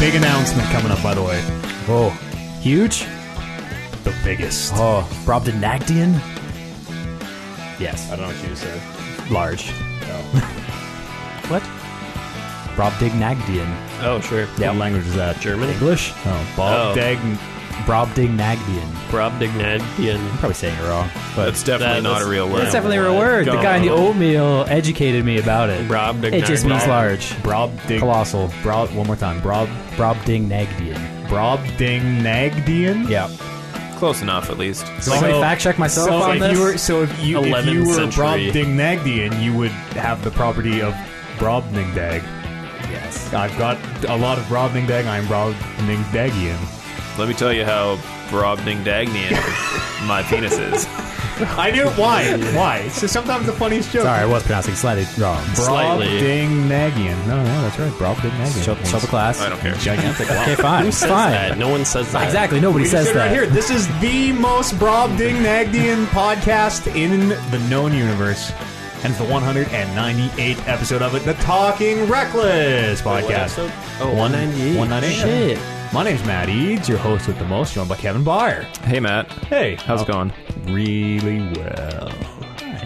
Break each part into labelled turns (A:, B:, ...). A: big announcement coming up, by the way.
B: Oh,
A: Huge? The biggest.
B: oh, Brobdingnagian?
A: Yes.
C: I don't know what you just said.
B: uh, Large.
C: Oh,
B: What? Brobdingnagian.
C: oh sure.
A: What language is that?
C: Germany?
B: English? Oh, Brobdig, Brobdingnagian.
C: Brobdignagian.
B: I'm probably saying it wrong, but
D: That's definitely
C: That-
D: not
C: that's-
D: a real word.
C: that's
B: it's definitely a real word. The guy in the
C: God.
B: oatmeal educated me about it.
C: Brobdingnagian.
B: It just means large.
A: Brobdig.
B: Colossal. Brob. One more time. Brob. Brobdingnagian.
A: Brobdingnagdian?
B: Yeah.
D: Close enough, at least.
B: So, want me to fact check myself
A: so
B: on
A: if
B: this?
A: You were, so if you, if
C: 11th
A: you were
C: century.
A: Brobdingnagdian, you would have the property of Brobdingdag.
B: yes.
A: I've got a lot of Brobdingdag. I'm Brobdingdagian.
D: Let me tell you how Brobdingdagnian my penis is.
A: I knew why. Why? It's just sometimes the funniest joke.
B: Sorry, I was pronouncing slightly wrong.
C: Slightly.
A: Brobdingnagian. No, no, that's right. Brobdingnagian.
B: Shove, shove a class.
D: I don't care.
A: Gigantic.
B: Okay, fine.
C: Who says
B: fine.
C: that? Uh, No one says that.
B: Exactly. Nobody
A: We just
B: says
A: said
B: that.
A: right here. This is the most Brobdingnagdian podcast in the known universe. And it's the 198th episode of it, the Talking Reckless podcast.
C: episode?
A: Oh, 198. 198.
B: Shit.
A: My name's Matt Eads, your host with the most, joined by Kevin Byer.
D: Hey, Matt.
A: Hey,
D: How's it going?
A: Really well.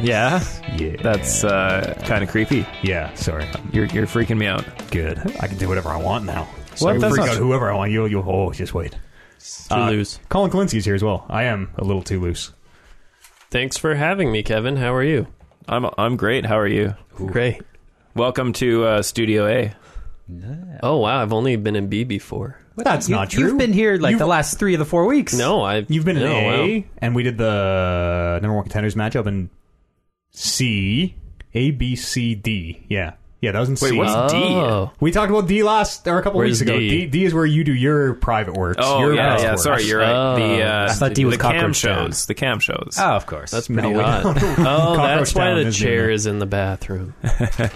D: Yeah.
A: Yeah.
D: That's uh, kind of creepy.
A: Yeah, sorry.
D: You're, you're freaking me out.
A: Good. I can do whatever I want now. So
D: What?
A: I can
D: That's
A: freak
D: not-
A: out whoever I want. You'll, you'll, oh, just wait. Uh,
C: To
D: Uh,
C: lose.
A: Colin Kalinski's here as well. I am a little too loose.
C: Thanks for having me, Kevin. How are you?
D: I'm I'm great. How are you?
C: Great.
D: Welcome to uh, Studio A.
C: Oh wow, I've only been in B before.
A: That's not true.
B: You've been here like
A: You've-
B: the last three of the four weeks.
C: No, I.
A: You've been in
C: no,
A: A,
C: wow.
A: and we did the number one contenders matchup in C, A, B, C, D. Yeah, yeah, that was in C.
D: what's
A: Uh,
D: D?
C: Oh,
A: we talked about D last or a couple
C: Where's
A: weeks ago.
C: D?
A: D? D is where you do your private works.
D: Oh
A: your
D: yeah,
A: best
D: yeah.
A: works.
D: Sorry, you're right. the
C: Oh.
D: uh,
B: I thought D was
D: the cam
B: cockroach jam.
D: shows. The cam shows.
B: Oh, of course.
C: that's
A: No,
C: pretty
A: we
C: hot.
A: don't.
C: Oh,
A: Cockroach
C: that's why
A: Town
C: the
A: is the name.
C: chair is in the bathroom.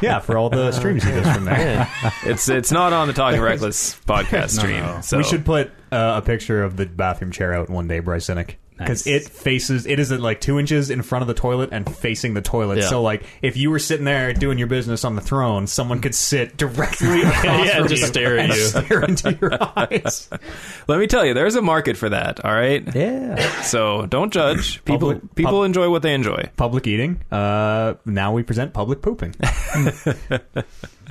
A: yeah for all the streams he does from there.
D: It's it's not on the Talking Reckless podcast stream. So
A: We should put uh, a picture of the bathroom chair out one day, Bryce Sinek. Because
B: Nice.
A: it faces, it is at like two inches in front of the toilet and facing the toilet.
C: Yeah.
A: So, like, if you were sitting there doing your business on the throne, someone could sit directly across
C: Yeah,
A: from
C: just
A: you
C: stare at
A: and
C: you.
A: stare into your eyes.
D: Let me tell you, there's a market for that. All right.
B: yeah.
D: So don't judge. People
A: Public-
D: people
A: pub-
D: enjoy what they enjoy.
A: Public eating. Uh, now we present public pooping.
B: For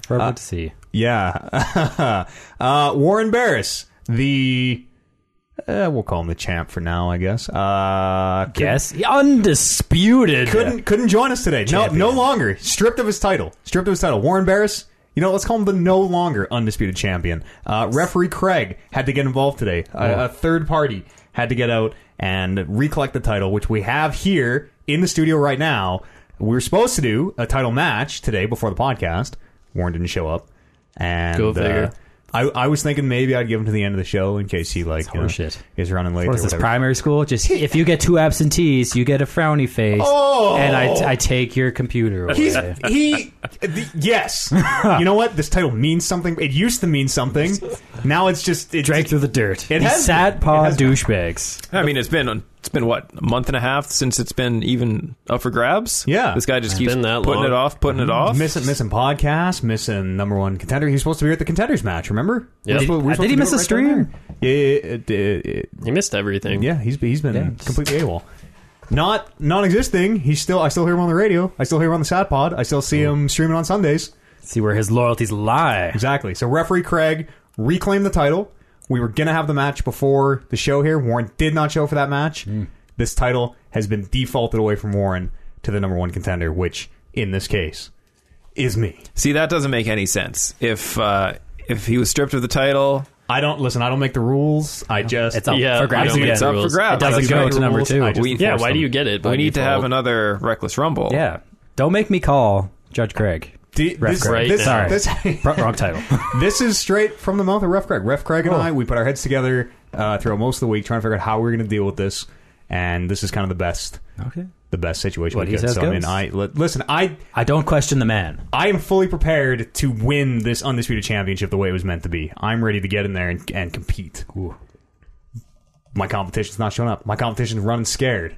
B: everyone to see.
A: Yeah. uh, Warren Barris, the. Uh, we'll call him the champ for now, I guess. Uh, could-
B: Yes. Undisputed.
A: couldn't couldn't join us today.
B: Champion.
A: No, no longer stripped of his title. Stripped of his title. Warren Barris. You know, let's call him the no longer undisputed champion. Uh, referee Craig had to get involved today. A, a third party had to get out and recollect the title, which we have here in the studio right now. We were supposed to do a title match today before the podcast. Warren didn't show up, and
C: Go
A: uh,
C: figure.
A: I, I was thinking maybe I'd give him to the end of the show in case he like you know,
B: horseshit.
A: is running late.
B: What
A: or
B: is this
A: whatever.
B: primary school? Just if you get two absentees, you get a frowny face,
A: Oh!
B: and I, I take your computer away.
A: He's he. The, yes, you know what? This title means something. It used to mean something. Now it's just it,
B: dragged through the dirt.
A: It
B: These
A: has
B: sad
A: been. It
B: paw
A: has been.
B: douchebags.
D: I mean, it's been it's been what a month and a half since it's been even up for grabs.
A: Yeah.
D: This guy just keeps
C: been that
D: putting
C: long.
D: it off, putting it off.
A: missing missing podcast, missing number one contender. He was supposed to be at the contenders match. Remember?
C: Yep.
A: We're supposed- we're
B: Did
A: supposed
B: he
A: to
B: miss
A: do
B: a
A: it right down there. Yeah, yeah, yeah,
C: You missed everything.
A: yeah. He's he's been
B: Yeah.
A: completely AWOL. Not non-existing. He's still. I still hear him on the radio. I still hear him on the Sad Pod. I still see him streaming on Sundays.
B: See where his loyalties lie.
A: Exactly. So referee Craig reclaimed the title. We were gonna have the match before the show here. Warren did not show for that match.
B: Hmm.
A: This title has been defaulted away from Warren to the number one contender, which in this case is me.
D: See, that doesn't make any sense. If uh, if he was stripped of the title,
A: I don't listen. I don't make the rules. I just
B: It's up
C: Yeah,
B: for grabs
C: I don't
B: again.
D: it's up for
C: rules.
D: grabs.
B: It doesn't
D: Like,
B: go
D: we-
B: to number two.
A: I just
D: We,
C: Yeah,
A: enforce
C: why
A: them.
C: do you get it? by
D: we need to
C: default?
D: have another reckless rumble.
B: Yeah. Don't make me call Judge Craig.
A: D-
B: Ref
A: this,
B: Craig.
A: this,
B: Sorry.
A: This,
B: Pro- wrong title.
A: this is straight from the mouth of Ref Craig. Ref Craig and
B: Oh.
A: I, we put our heads together uh, throughout most of the week trying to figure out how we're going to deal with this, and this is kind of the best,
B: okay.
A: the best situation
B: What
A: we
B: he
A: could.
B: says
A: So I mean,
B: goes.
A: I li- listen. I
B: I don't question the man.
A: I am fully prepared to win this undisputed championship the way it was meant to be. I'm ready to get in there and, and compete. My competition's not showing up. My competition's running scared.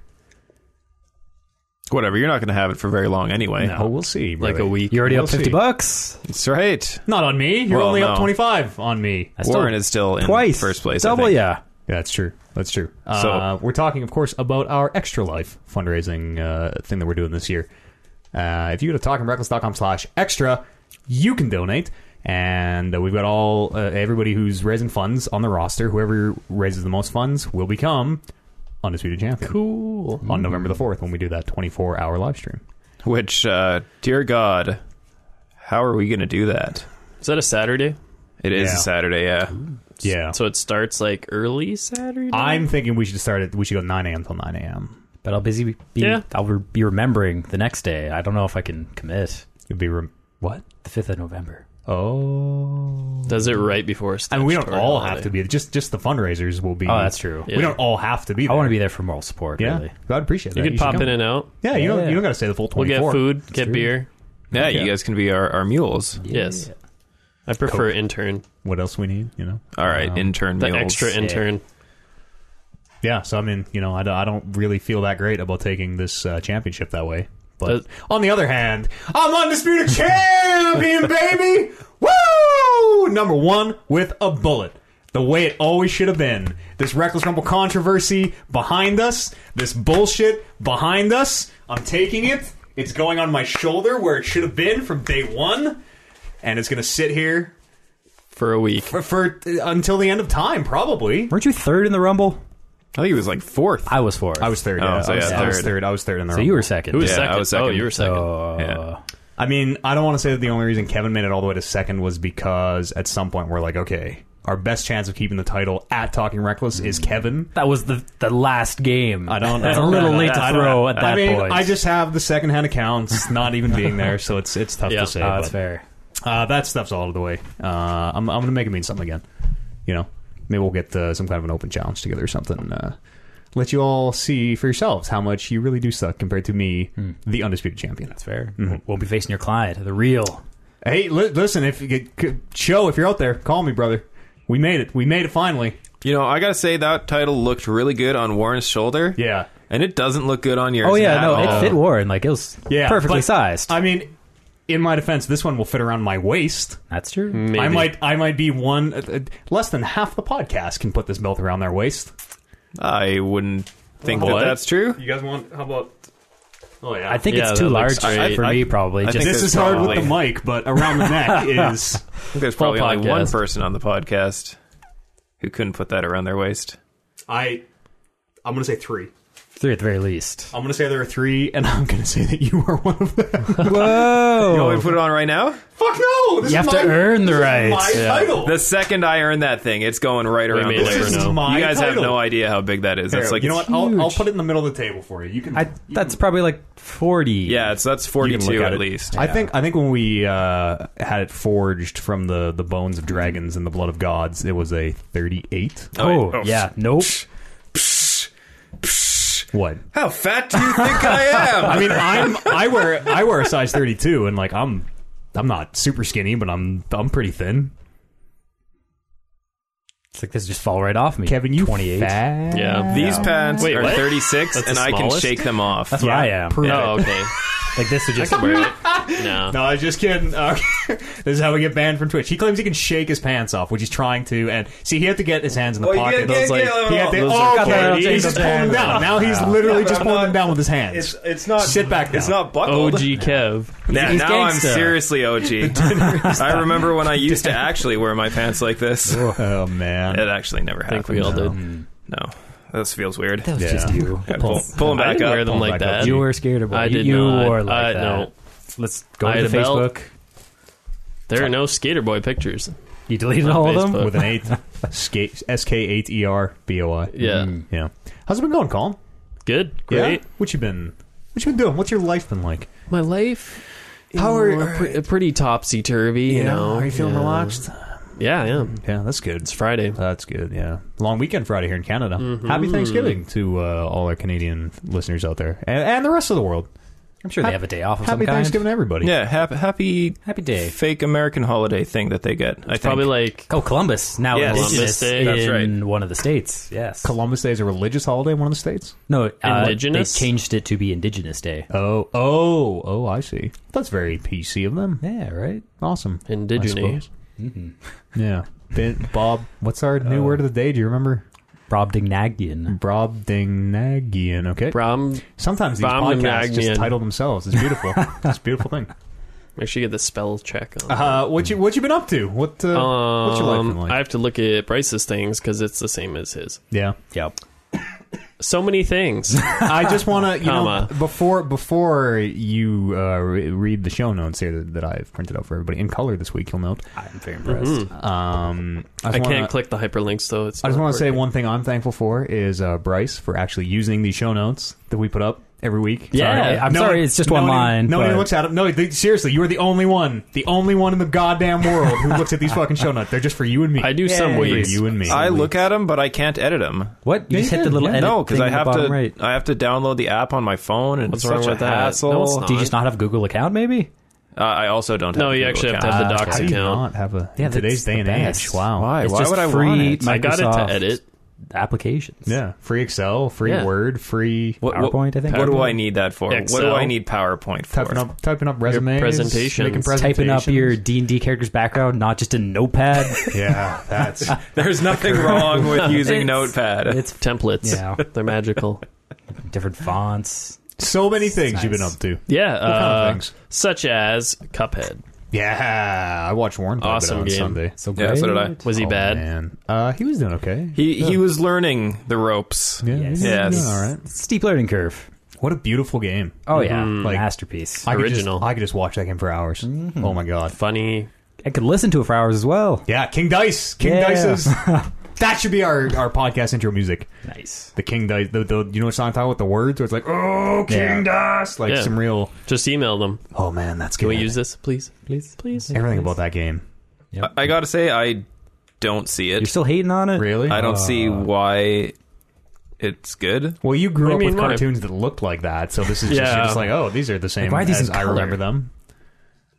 D: Whatever. You're not going to have it for very long anyway.
A: Oh, we'll see.
C: Like
A: brother.
C: a week.
B: You're already
A: We'll
B: up 50
A: see.
B: bucks.
D: That's right.
A: Not on me. You're
D: Well,
A: only
D: no.
A: up 25 on me.
B: That's
D: Warren
B: still
D: is still in
B: twice.
D: first place. I
B: Double
D: think.
B: yeah.
A: Yeah, that's true. That's true. uh,
D: So-
A: we're talking, of course, about our Extra Life fundraising uh, thing that we're doing this year. Uh, if you go to talkingreckless.com slash extra, you can donate. And uh, we've got all uh, everybody who's raising funds on the roster. Whoever raises the most funds will become undisputed champion
C: Cool.
A: on November the fourth when we do that twenty-four hour live stream.
D: Which, uh, dear God, how are we going to do that?
C: Is that a Saturday?
D: It is
A: Yeah.
D: a Saturday, yeah.
A: Yeah,
C: So it starts like early Saturday.
A: I'm thinking we should start at we should go nine a.m. till nine a.m.
B: But I'll busy be.
C: Yeah.
B: I'll re- be remembering the next day. I don't know if I can commit.
A: It'd be rem-
B: What? The fifth of November.
A: oh.
C: Does it right before.
A: I mean, we don't
C: statutory
A: all
C: holiday.
A: have to be just just the fundraisers will be.
B: Oh, that's true.
A: We
C: Yeah.
A: don't all have to be.
B: I
A: There.
B: want to be there for moral support.
A: Yeah,
B: Really.
A: I'd appreciate that.
C: You could
A: should
C: pop
A: come.
C: in and out.
A: Yeah, you don't.
B: Yeah.
A: You don't got to say the full
C: We'll
A: twenty
C: get
A: four.
C: food, get beer.
D: Yeah,
A: Yeah.
D: you guys can be our, our mules.
C: Yes. I prefer intern.
A: What else we need? You know.
D: All right,
A: Um,
D: intern
C: The
D: mules.
C: extra intern.
A: Yeah. So I mean, you know, I don't, I don't really feel that great about taking this uh, championship that way. But
C: Does-
A: on the other hand, I'm undisputed champion, baby. Woo! Number one with a bullet. The way it always should have been. This Reckless Rumble controversy behind us. This bullshit behind us. I'm taking it. It's going on my shoulder where it should have been from day one. And it's going to sit here
C: for a week.
A: for, for until the end of time, probably.
B: Weren't you third in the Rumble?
D: I think he was like fourth.
B: I was fourth.
A: I was third.
D: Oh,
A: yeah.
D: so
A: I, was,
D: yeah,
A: I was
D: third.
A: third. I was third in the
B: So you were second.
C: Who was
D: Yeah,
C: second?
D: I was
C: Oh,
D: second.
C: you were second.
B: Uh,
D: Yeah.
A: I mean, I don't want to say that the only reason Kevin made it all the way to second was because at some point we're like, okay, our best chance of keeping the title at Talking Reckless is Kevin.
B: That was the the last game.
A: I don't.
B: It's
A: I
B: a
A: don't
B: little
A: know.
B: late to
A: I don't-
B: throw at that
A: I mean,
B: point.
A: I just have the secondhand accounts not even being there, so it's it's tough
C: Yeah.
A: to say.
B: Oh, that's
A: but,
B: fair.
A: Uh, that stuff's all out of the way. Uh, I'm I'm gonna make it mean something again. You know, maybe we'll get uh, some kind of an open challenge together or something. Uh, let you all see for yourselves how much you really do suck compared to me,
B: Hmm.
A: the undisputed champion.
B: That's fair.
A: Mm-hmm.
B: Won't- Won't be facing your client, the real.
A: Hey, li- listen, if you could, could show if you're out there, call me, brother. We made it. We made it finally.
D: You know, I gotta say that title looked really good on Warren's shoulder.
A: Yeah.
D: and it doesn't look good on yours.
B: Oh yeah,
D: at
B: no,
D: all.
B: it fit Warren like it was
A: Yeah.
B: perfectly
A: but,
B: sized.
A: I mean, in my defense, this one will fit around my waist.
B: that's true.
C: Maybe.
A: I might I might be one uh, uh, less than half the podcast can put this belt around their waist.
D: I wouldn't think
C: What?
D: that that's true.
A: You guys want how about Oh yeah.
B: I think
C: Yeah,
B: it's too
C: that
B: large
C: looks
B: for
C: great.
B: me
D: I-
B: probably.
D: I
B: just
D: think
A: this is
D: that's
A: hard with
D: probably-
A: the mic, but around the neck is
D: I think there's probably only
C: podcast.
D: one person on the podcast who couldn't put that around their waist.
A: I I'm going to say 3.
B: three at the very least.
A: I'm going to say there are 3 and I'm going to say that you are one of them.
B: Whoa!
D: You want me to put it on right now?
A: Fuck no. This
B: You
A: is
B: have to
A: my-
B: earn the
A: this is
B: rights.
A: My
C: Yeah.
A: title.
D: The second I earn that thing, it's going right around
C: may
D: the
C: never
D: waist.
C: know.
A: My
D: you guys have
A: title.
D: no idea how big that is.
A: There,
D: That's like
A: you know what? I'll, I'll
B: huge.
A: put it in the middle of the table for you. You can.
B: I,
A: you
B: that's
A: can-
B: probably like forty.
D: Yeah, it's that's
A: you can look
D: 42 at
A: it.
D: least.
A: I think. I think when we uh, had it forged from the, the bones of dragons and the blood of gods, it was a thirty-eight.
B: Oh,
D: Oh, oh.
B: yeah. Nope.
A: What?
D: How fat do you think I am?
A: I mean, I'm I wear I wear a size thirty-two, and like I'm I'm not super skinny, but I'm I'm pretty thin.
B: It's like this just fall right off me.
A: Kevin, you
B: 28.
A: fat?
C: Yeah.
D: These pants
C: Wait,
D: are
C: what?
D: 36,
C: That's the
D: and I can
C: smallest?
D: shake them off.
B: That's what I am.
A: Prove
C: Oh,
A: it.
C: okay.
B: Like this would just.
C: Wear it. No.
A: No, I was just kidding. Uh, this is how we get banned from Twitch. He claims he can shake his pants off, which he's trying to. And see, he had to get his hands in the
D: Oh, you
A: pocket.
D: get- get-
A: Those, like,
D: get-
A: he had to,
C: those
A: oh,
C: are-
A: okay,
B: Yeah,
A: he's just
B: yeah.
A: pulling them down. Now he's literally just pulling them down with his hands.
D: it's not.
A: Sit back
D: It's
A: down.
D: not buckled.
C: OG Kev.
D: Nah,
B: He's
D: now I'm
B: gangsta.
D: seriously OG. I remember when I used to actually wear my pants like this. It
A: oh man.
D: actually never
C: I
D: happened.
C: think we all did.
D: No, this feels weird.
B: That was
A: Yeah.
B: just you.
D: Yeah, pull, pull them
C: I
D: back
C: didn't
D: up.
C: wear them like
A: back up.
C: that.
B: You were scared of.
C: I
B: you,
C: did
B: you
C: not.
B: were like
C: I-
B: that.
C: no.
B: Let's go
C: I
B: to
C: had a belt.
B: Facebook.
C: There are no skater boy pictures.
B: You deleted
C: On
B: all of
C: Facebook.
B: them.
A: With an eight, skate S K eight E R B O I.
C: Yeah.
D: Hmm.
A: yeah. How's it been going, Colin?
C: Good. Great.
A: Yeah? What you been? What you been doing? What's your life been like?
C: My life.
A: How
C: you know,
A: are-
C: a pre- a pretty topsy turvy? You know. yeah. Yeah, yeah.
A: Yeah, that's good.
C: It's Friday.
A: That's good. Yeah, long weekend Friday here in
B: Mm-hmm.
A: Canada. Happy Thanksgiving to uh, all our Canadian listeners out there and, and the rest of the world.
B: I'm sure they have a day off of
A: Happy
B: some kind.
A: Thanksgiving, everybody.
D: Yeah, happy, happy
B: Happy day.
D: fake American holiday thing that they get. I think.
C: Probably like
B: Oh, Columbus now
D: Yes.
B: indigenous
C: Columbus Day.
D: That's
B: in one of the states. Yes.
A: Columbus Day is a religious holiday in one of the states.
B: no, uh,
C: Indigenous?
B: They changed it to be Indigenous Day.
A: Oh, oh, oh! I see. That's very PC of them.
B: Yeah, right. Mm-hmm.
A: Awesome.
C: Indigenous.
A: I suppose. Yeah. Ben, Bob, what's our
B: Uh,
A: new word of the day? Do you remember?
B: Brobdingnagian.
A: Brobdingnagian. Okay.
C: Brom.
A: Sometimes these podcasts just
C: Brobdingnagian.
A: title themselves. It's beautiful. it's a beautiful thing.
C: Make sure you get the spell check on.
A: Uh, what you what you been up to? What uh, what's your life been
C: Um,
A: like?
C: I have to look at Bryce's things because it's the same as his.
A: yeah.
B: Yep.
C: So many things.
A: I just want to you know
C: Comma.
A: before before you uh, re- read the show notes here that, that I've printed out for everybody in color this week. You'll note.
B: I'm very impressed.
A: Um,
C: I
A: just wanna-
C: can't click the hyperlinks though. It's
A: I just
C: not
A: want to say
C: working.
A: one thing I'm thankful for is uh, Bryce for actually using the show notes that we put up every week.
B: Yeah, I'm sorry, it's just
A: no
B: one
A: one,
B: line,
A: No one
B: but-
A: looks at them. No, they, seriously, you are the only one, the only one in the goddamn world who looks at these fucking show notes. They're just for you and me.
C: I do some
B: Yay.
A: For
C: weeks.
A: you and me.
D: I look at them, but I can't edit them.
B: What? You
A: Yeah,
B: just
A: you
B: hit the
A: did.
B: little
A: Yeah.
B: edit
D: No, because
B: thing
D: I
B: in the
D: have
B: bottom
D: to.
B: right.
D: I have to download the app on my phone, and
C: What's
D: it's
C: wrong
D: such
C: with
D: a
C: that?
D: hassle.
C: No, it's not.
B: Oh, Do you just not have Google account? Maybe.
D: Uh, I also don't. have
C: No,
D: a
C: you
D: Google
C: actually have to
D: account.
C: have the
A: How
C: docs
A: do you
C: account.
A: not have a
B: Yeah,
A: in today's
B: that's the
A: day and age?
B: best.
A: Wow.
D: Why?
B: It's
D: Why
B: just
D: would I
B: free
D: want it?
B: my-
C: I got it
B: Microsoft.
C: to edit.
B: Applications.
A: Yeah, free Excel, free
C: Yeah.
A: Word, free
D: What,
B: PowerPoint, I think.
D: What do I
B: PowerPoint.
D: need that for? What do
C: Excel.
D: I need PowerPoint for?
A: typing up typing up resumes,
C: presentations.
A: making
B: Typing up your
A: presentations.
B: D and D character's background, not just in Notepad.
A: yeah, that's
D: There's nothing wrong with using
B: It's-
D: Notepad.
B: it's
C: Templates.
B: Yeah.
C: They're magical.
B: different fonts.
A: so many things you've been
B: nice.
A: up to.
C: Yeah.
A: What kind of
C: uh,
A: things?
C: Such as Cuphead.
A: Yeah, I watched Warren play
C: Awesome
A: awesome on
C: game.
A: Sunday.
B: So great.
D: Yeah, so did I.
C: Was he
A: Oh,
C: bad?
A: Man. Uh, he was doing okay.
D: He he was learning the ropes.
A: yeah,
B: Yes.
A: he was doing
D: Yes.
A: all right.
B: Steep learning curve.
A: What a beautiful game.
B: Oh yeah,
A: Like-
B: masterpiece. I,
A: I Could
C: Original.
A: just, I could just watch that game for hours. Oh my god.
C: Funny.
B: could listen to it for hours as well.
A: Yeah, King Dice. King
B: Yeah.
A: Dice's. that should be our, our podcast intro music.
B: Nice.
A: The King Dice. The, the, you know what song I'm talking about? The words where it's like, oh, King Dice. Like
C: Yeah.
A: some real.
C: Just email them.
A: Oh man, that's good.
C: Can we use this, please?
B: Please, please.
A: everything about that game?
B: Yep.
D: I gotta say, I don't see
B: You're
D: it.
B: still hating on it.
A: Really?
D: I don't see why it's good.
A: Well, you grew
C: What
A: up
C: do you
A: with
C: mean mine?
A: cartoons that looked like that, so this is just, you're
C: Yeah.
A: just like, oh, these are the same.
B: why are these
A: as
B: in
A: I
B: color?
A: remember them.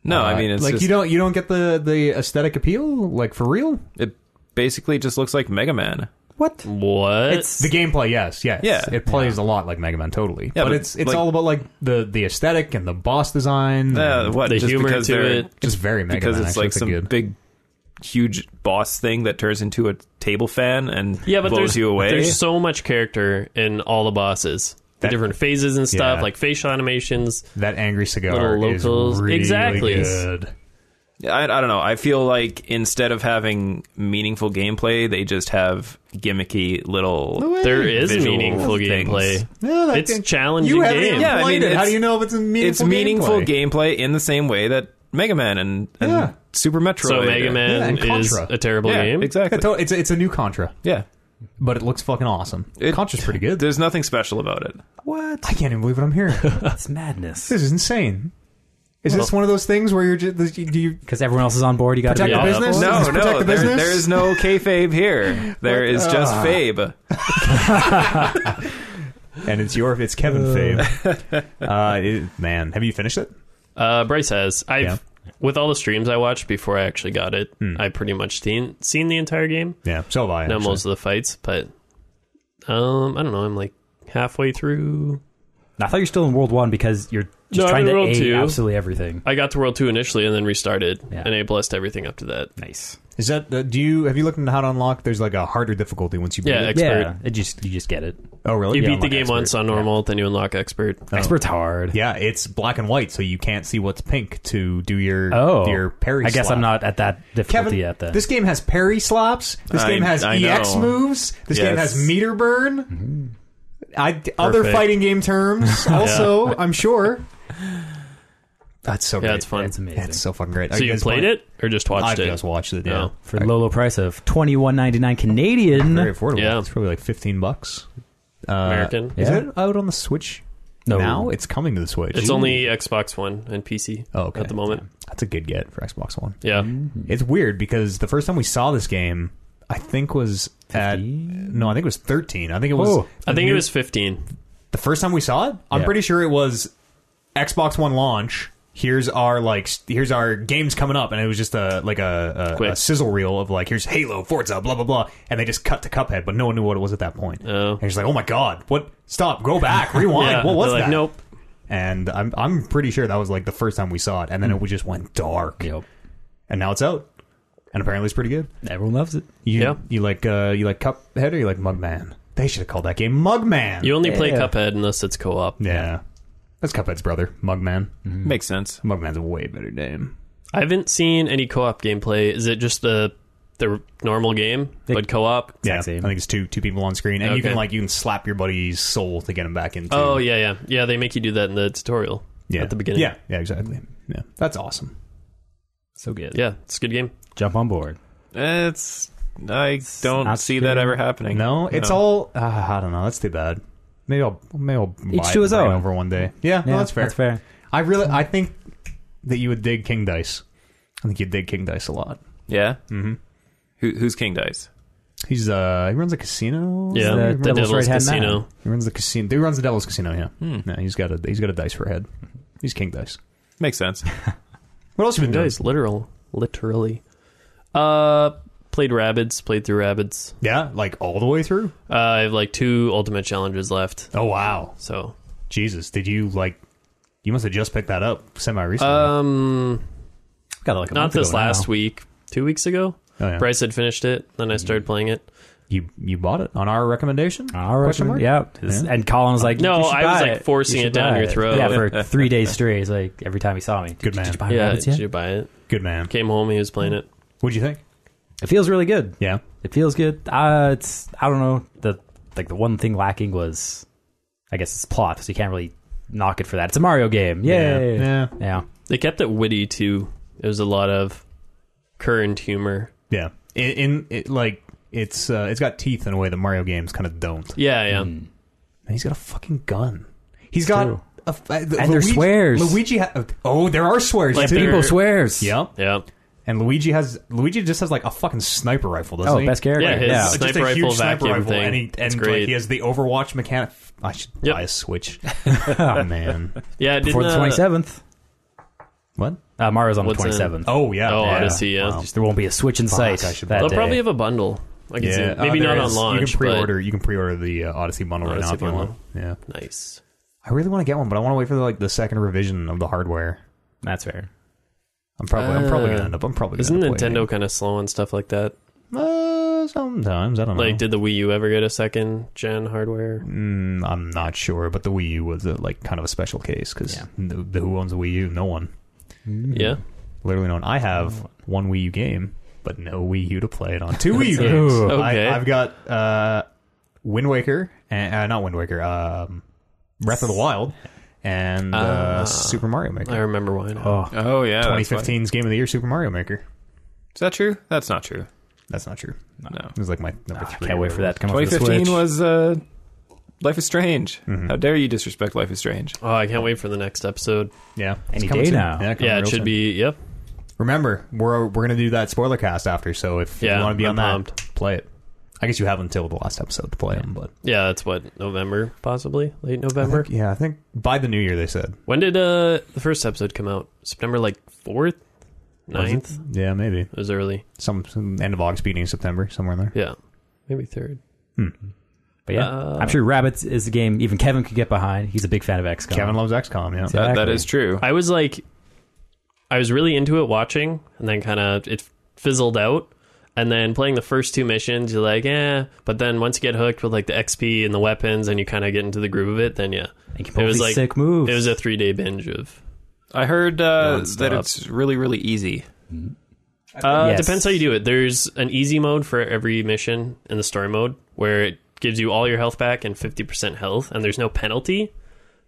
D: No,
A: Uh,
D: I mean it's
A: like
D: just,
A: you don't you don't get the the aesthetic appeal like for real.
D: It basically just looks like Mega Man.
B: What?
C: What?
B: It's
A: The gameplay, yes, yes,
D: Yeah.
A: it plays a lot like Mega Man, totally.
D: Yeah,
A: but,
D: but,
A: it's it's
D: like-
A: all about like the the aesthetic and the boss
B: Hmm.
A: design.
D: Uh,
A: and
D: what?
C: The
D: just
C: humor
D: because
C: to
D: they're-
C: it.
A: It's very Mega
D: because
A: Man.
D: it's
A: actually,
D: like some
A: good.
D: big, huge boss thing that turns into a table fan and
C: yeah, but
D: blows
C: there's,
D: you away.
C: there's so much character in all the bosses. The
A: That-
C: different phases and stuff,
A: Yeah.
C: like facial animations.
A: that angry cigar
C: little
A: is
C: locals.
A: really
C: Exactly.
A: good.
D: I, I don't know. I feel like instead of having meaningful gameplay, they just have gimmicky little.
C: There is
D: Visual
C: meaningful
D: things.
C: gameplay.
A: Yeah, that
C: It's
A: game-
C: challenging
A: You haven't
C: game.
A: even
D: Yeah, I
A: played
D: mean,
A: it. How
D: it's-
A: do you know if it's a meaningful?
D: it's meaningful
A: gameplay?
D: gameplay. in the same way that Mega Man and, and
A: Yeah.
D: Super Metroid.
C: So Mega
A: Yeah,
C: Man
A: and Contra.
C: is a terrible
D: Yeah,
C: game.
D: exactly.
A: It's a- It's a, it's a new Contra,
D: Yeah,
A: but it looks fucking awesome.
D: It-
A: Contra's pretty good.
D: there's nothing special about it.
B: What?
A: I can't even believe what I'm hearing.
B: That's madness.
A: This is insane. Is this one of those things where you're just do you
B: Because everyone else is on board. You got to
A: protect
B: be
A: the
C: Yeah.
B: on board.
A: business?
D: No,
A: Is this Oh, protect
D: no,
A: the
D: there,
A: business?
D: there is no kayfabe here. There is just fabe.
A: and it's your it's Kevin Fave. Uh, it- man, have you finished it?
C: Uh, Bryce has. I've
A: Yeah. Hmm.
C: with all the streams I watched before I actually got it. I pretty much seen seen the entire game.
A: Yeah, so have I.
C: Know
A: actually.
C: most of the fights, but um, I don't know. I'm like halfway through.
B: I thought you're still in World One because you're just
C: No, I'm
B: trying
C: in
B: to
C: World
B: A
C: Two.
B: absolutely everything.
C: I got to World Two initially, and then restarted,
B: Yeah.
C: and I blessed everything up to that.
B: Nice.
A: Is that uh, do you have you looked into how to unlock? There's like a harder difficulty once you beat
C: Yeah,
A: it.
C: ex- Expert.
B: Yeah. It just you just get it.
A: oh, really?
C: You
A: Yeah,
C: beat the
A: unlock
C: game
A: expert. Oh,
C: once on normal, then you unlock expert.
B: Expert's hard.
A: Yeah, it's black and white, so you can't see what's pink to do your
B: Oh,
A: your parry.
B: I guess
A: slap.
B: I'm not at that difficulty
A: Kevin,
B: yet. Then
A: this game has parry slaps. This
D: I-
A: game has
D: I
A: EX
D: know.
A: moves. This game
D: Yes.
A: has meter burn.
B: Mm-hmm.
A: I, other fighting game terms, also, I'm sure. That's so
C: Yeah,
A: great.
C: it's fun.
B: it's amazing.
A: It's so fucking great.
C: so you played it or just
A: I've
C: watched it?
A: just watched it, yeah.
C: No.
B: for the low low price of twenty one ninety nine Canadian.
A: Very affordable.
C: Yeah.
A: It's probably like 15 bucks. Uh,
C: American.
A: Is
B: Yeah.
A: it out on the Switch?
B: No.
A: Now? It's coming to the Switch.
C: It's only Xbox One and PC
A: Oh, okay.
C: at the moment.
A: That's a good get for Xbox One.
C: Yeah,
A: It's weird because the first time we saw this game, I think was at.
B: 15?
A: No, I think it was 13. I think it was.
B: Oh.
C: I think
A: the
C: it
A: new-
C: was 15.
A: the first time we saw it. I'm
B: Yeah.
A: pretty sure it was Xbox One launch. Here's our like s- here's our games coming up, and it was just a like a, a,
C: Quick.
A: a sizzle reel of like here's Halo, Forza, blah blah blah, and they just cut to Cuphead, but no one knew what it was at that point.
C: Oh.
A: And you're just like, oh my god, what? Stop, go back, rewind.
C: Yeah,
A: what was
C: they're like,
A: that?
C: Nope.
A: And I'm I'm pretty sure that was like the first time we saw it, and then
C: Hmm.
A: it just went dark.
B: Yep.
A: And now it's out, and apparently it's pretty good.
B: Everyone loves it.
A: You
C: Yeah.
A: you like uh, you like Cuphead or you like Mugman? They should have called that game Mugman.
C: You only play
B: Yeah.
C: Cuphead unless it's co-op.
A: yeah, that's Cuphead's brother, Mugman.
D: Makes sense.
A: Mugman's a way better name.
C: I haven't seen any co-op gameplay. Is it just the the normal game but co-op?
A: Yeah,
B: same.
A: I think it's two two people on screen, and you
C: Okay.
A: can like you can slap your buddy's soul to get him back into.
C: Oh yeah, yeah, yeah. They make you do that in the tutorial
A: yeah,
C: at the beginning.
A: Yeah, yeah, exactly. Yeah, that's awesome.
B: So good.
C: yeah. It's a good game.
B: Jump on board.
D: It's I don't
B: not
D: see
B: true.
D: that ever happening.
A: No, it's all uh, I don't know. That's too bad. Maybe I'll maybe I'll buy
B: Each
A: it
B: to his
A: and bring it
B: own.
A: over one day. Yeah, no,
B: Yeah,
A: that's fair.
B: That's fair.
A: I really I think that you would dig King Dice. I think you'd dig King Dice a lot.
D: Yeah. Mm-hmm. Who, who's King Dice?
A: He's uh he runs a casino.
B: the
C: Yeah,
A: he
C: the,
A: runs,
B: Devil's
C: Devil's
B: Right-Hand Man.
C: Casino.
A: he runs the casino. He runs the Devil's Casino. Yeah, no, he's got a he's got a dice for a head. He's King Dice.
D: Makes sense.
A: What else you been doing?
C: Guys, literal, literally. Uh, played Rabbids. Played through Rabbids.
A: Yeah, like all the way through.
C: Uh, I have like two ultimate challenges left.
A: Oh wow,
C: So,
A: Jesus! Did you like? You must have just picked that up semi recently.
C: um,
B: Got like a
C: not
B: month ago
C: this last
B: now.
C: week. Two weeks ago,
A: Oh, yeah.
C: Bryce had finished it. Then I started playing it.
A: you you bought it on our recommendation.
B: All right.
A: Question mark?
B: Yeah. And Colin was like,
C: No,
B: you should
C: I
B: buy
C: was, like,
B: it.
C: forcing
B: You should
C: it down
B: buy
C: your
B: it."
C: throat.
B: Yeah, for three days straight. He's like, every time he saw me. "Did-
A: Good
B: Did
A: man.
B: you buy
C: Yeah,
B: rabbits
C: did
B: yet?
C: you buy it?
A: Good man.
C: Came home. He was playing it.
A: What'd you think?
B: It feels really good.
A: Yeah,
B: It feels good. Uh, it's I don't know the like the one thing lacking was, I guess it's plot. So you can't really knock it for that. It's a Mario game. Yay.
A: Yeah.
B: Yeah.
C: They kept it witty too. It was a lot of current humor.
A: yeah. In, in it, like it's uh, it's got teeth in a way that Mario games kind of don't.
C: Yeah, yeah.
A: And he's got a fucking gun. He's got
B: true.
A: a f- uh, the-
B: And there's swears.
A: Luigi. Ha- oh, there are swears
C: Like
A: too.
C: there-
B: People swears.
A: Yep.
C: Yeah.
A: And Luigi has Luigi just has like a fucking sniper rifle, doesn't
B: Oh,
A: he?
B: best character.
C: Yeah, his-
A: It's
C: Sniper
A: just a
C: rifle
A: huge sniper
C: vacuum
A: rifle,
C: thing.
A: and, he,
C: It's
A: and
C: great.
A: like he has the Overwatch mechanic. I should
C: Yep.
A: buy a Switch. oh man,
C: Yeah, didn't,
B: Before the
C: uh,
B: twenty seventh.
A: what?
B: Uh, Mario's on the
C: What's in-
B: twenty seventh.
A: Oh yeah,
C: Oh,
A: yeah.
C: Odyssey, yeah.
A: Wow.
B: There won't be a Switch in sight.
A: I should-
B: that
C: They'll
B: day.
C: probably have a bundle. I can
A: Yeah,
C: see. Maybe
A: uh,
C: not
A: there
C: on
A: is-
C: launch.
A: You can pre-order.
C: pre-order.
A: You can pre-order the uh, Odyssey bundle right now
C: Odyssey
A: if you want.
C: bundle.
A: Yeah,
C: Nice.
A: I really want to get one, but I want to wait for like the second revision of the hardware.
B: That's fair.
A: I'm probably, I'm probably
C: Uh,
A: gonna end up. I'm probably
C: Isn't
A: gonna end up waiting.
C: Nintendo kind of slow on stuff like that?
A: Uh, sometimes I don't know.
C: Like, did the Wii U ever get a second gen hardware?
A: Mm, I'm not sure, but the Wii U was a, like kind of a special case because
B: Yeah.
A: who owns a Wii U? No one.
C: Yeah.
A: Literally, no one. I have one Wii U game, but no Wii U to play it on. Two Wii U
B: Ooh.
A: games.
C: Okay.
A: I, I've got uh, Wind Waker and uh, not Wind Waker. Um, Breath of the Wild and uh,
C: Ah.
A: Super Mario Maker.
C: I remember why. now.
B: Oh,
D: Oh yeah. that's why.
A: 2015's game of the year, Super Mario Maker.
D: Is that true? That's not true.
A: That's not true.
D: No.
A: It was like my number
B: I
A: three.
B: can't wait for that to come out.
D: 2015 was uh, Life is Strange. How dare you disrespect Life is Strange?
C: Oh, I can't wait for the next episode.
A: Yeah,
B: Any
A: coming
B: day
A: soon.
B: now.
A: Yeah, coming
C: yeah,
A: real
C: it should
A: soon.
C: be. Yep.
A: Remember, we're we're gonna do that spoiler cast after, so if
C: Yeah,
A: you want to be
C: I'm
A: on that,
C: pumped.
A: play it. I guess you have until the last episode to play them, but
C: Yeah, that's what November, possibly late
A: I
C: November.
A: think, yeah, I think by the new year they said
C: When did uh the first episode come out? September like fourth,
A: Was it?
C: 9th?
A: Yeah, maybe
C: It was early.
A: some, some end of August, beginning of September, somewhere in there.
C: Yeah, maybe third.
B: But yeah,
C: Uh,
B: I'm sure Rabbits is a game even Kevin could get behind. He's a big fan of XCOM.
A: Kevin loves XCOM. Yeah,
B: So-
D: That- that
B: Exactly.
D: is true.
C: I was like, I was really into it watching, and then kind of it fizzled out. And then playing the first two missions, you're like, eh. But then once you get hooked with like the XP and the weapons, and you kind of get into the groove of it, then yeah,
B: He can
C: it
B: pull
C: was
B: these
C: like
B: sick moves.
C: it was a three day binge of.
D: I heard uh,
C: Nonstop.
D: that it's really really easy.
C: Uh,
B: Yes.
C: Depends how you do it. There's an easy mode for every mission in the story mode where it gives you all your health back and 50% health, and there's no penalty,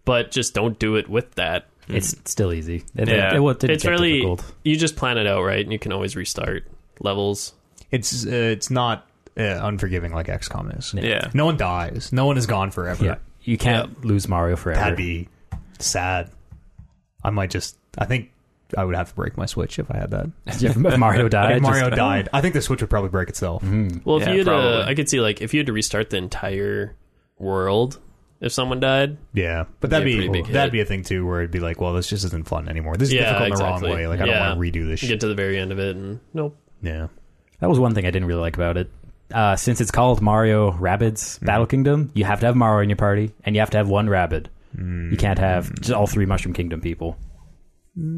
C: but just don't do it with that.
B: it's still easy. It,
D: Yeah.
B: it, it, didn't
C: it's
B: get
C: really,
B: difficult.
C: you just plan it out, right? And you can always restart levels.
A: it's uh, it's not uh, unforgiving like XCOM is.
D: Yeah.
A: no one dies, no one is gone forever.
B: Yeah, you can't lose Mario forever.
A: That'd be sad. I might just. I think I would have to break my Switch if I had that.
B: if Mario died.
A: if Mario
B: just-
A: died, I think the Switch would probably break itself.
C: Well, if
D: Yeah,
C: you had, uh,
D: probably.
C: to, I could see like if you had to restart the entire world, if someone died.
A: Yeah, but that'd
C: Be a
A: be,
C: pretty big
A: that'd
C: hit.
A: be a thing too, where it'd be like, well, this just isn't fun anymore. This is
C: Yeah,
A: difficult in the
C: exactly.
A: wrong way. Like I
C: Yeah.
A: don't want to redo this
C: You
A: shit.
C: get to the very end of it, and nope.
A: Yeah,
B: That was one thing I didn't really like about it. Uh, since it's called Mario Rabbids
C: Hmm.
B: Battle Kingdom, you have to have Mario in your party, and you have to have one Rabbid. You can't
C: Hmm.
B: have just all three Mushroom Kingdom people.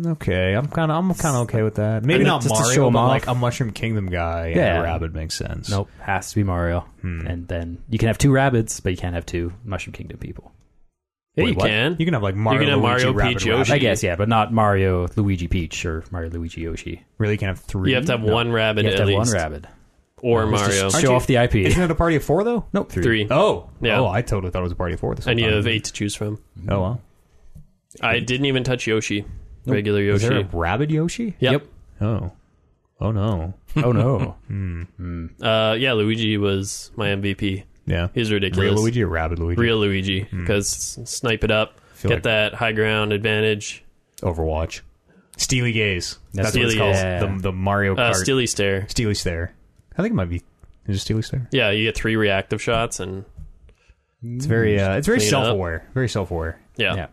A: okay. I'm kind of I'm kind of okay with that. Maybe
B: mean,
A: not
B: just to
A: Mario,
B: show 'em
A: but
B: off.
A: like a Mushroom Kingdom guy. Yeah,
B: Yeah.
A: and a rabbit makes sense.
B: Nope, has to be Mario.
C: Hmm.
B: And then you can have two Rabbids, but you can't have two Mushroom Kingdom people.
C: Yeah,
A: Wait,
C: you
A: what?
C: can.
A: You can have like Mario,
C: can have
A: Luigi,
C: Mario,
A: rabbit,
C: Peach,
A: rabbit.
C: Yoshi.
B: I guess, yeah, but not Mario, Luigi, Peach, or Mario, Luigi, Yoshi.
A: Really, you can have three.
C: You have to have
A: No.
C: one rabbit
B: You have
C: at
B: to have
C: least,
B: one Rabbid.
C: or
B: Let's just
C: Mario.
A: Aren't
B: show
A: you-
B: off the IP.
A: Isn't it a party of four though?
B: nope, three.
C: Three.
A: Oh,
C: Yeah.
A: Oh, I totally thought it was a party of four. This whole
C: and you
A: time.
C: have eight to choose from.
A: Oh wow.
C: I didn't even touch Yoshi, regular
A: Is
C: Yoshi.
A: there a rabbit Yoshi?
C: Yep.
A: Oh. Oh no.
B: Oh no.
C: Uh, yeah, Luigi was my MVP.
A: Yeah.
C: He's ridiculous.
A: Real Luigi or rabbit Luigi?
C: Real Luigi, because snipe it up,
A: Hmm. Feel
C: get
A: like-
C: that high ground advantage.
A: Overwatch. Steely Gaze. That's what
C: Steely
A: it's called.
B: Gaze.
A: The, the Mario
C: Uh,
A: Kart.
C: Steely stare.
A: Steely Stare. I think it might be. Is it Steely Stare?
C: Yeah, you get three reactive shots, and
A: It's very. Uh, it's very
C: Clean it up.
A: self-aware. Very self-aware.
C: yeah,
B: yeah.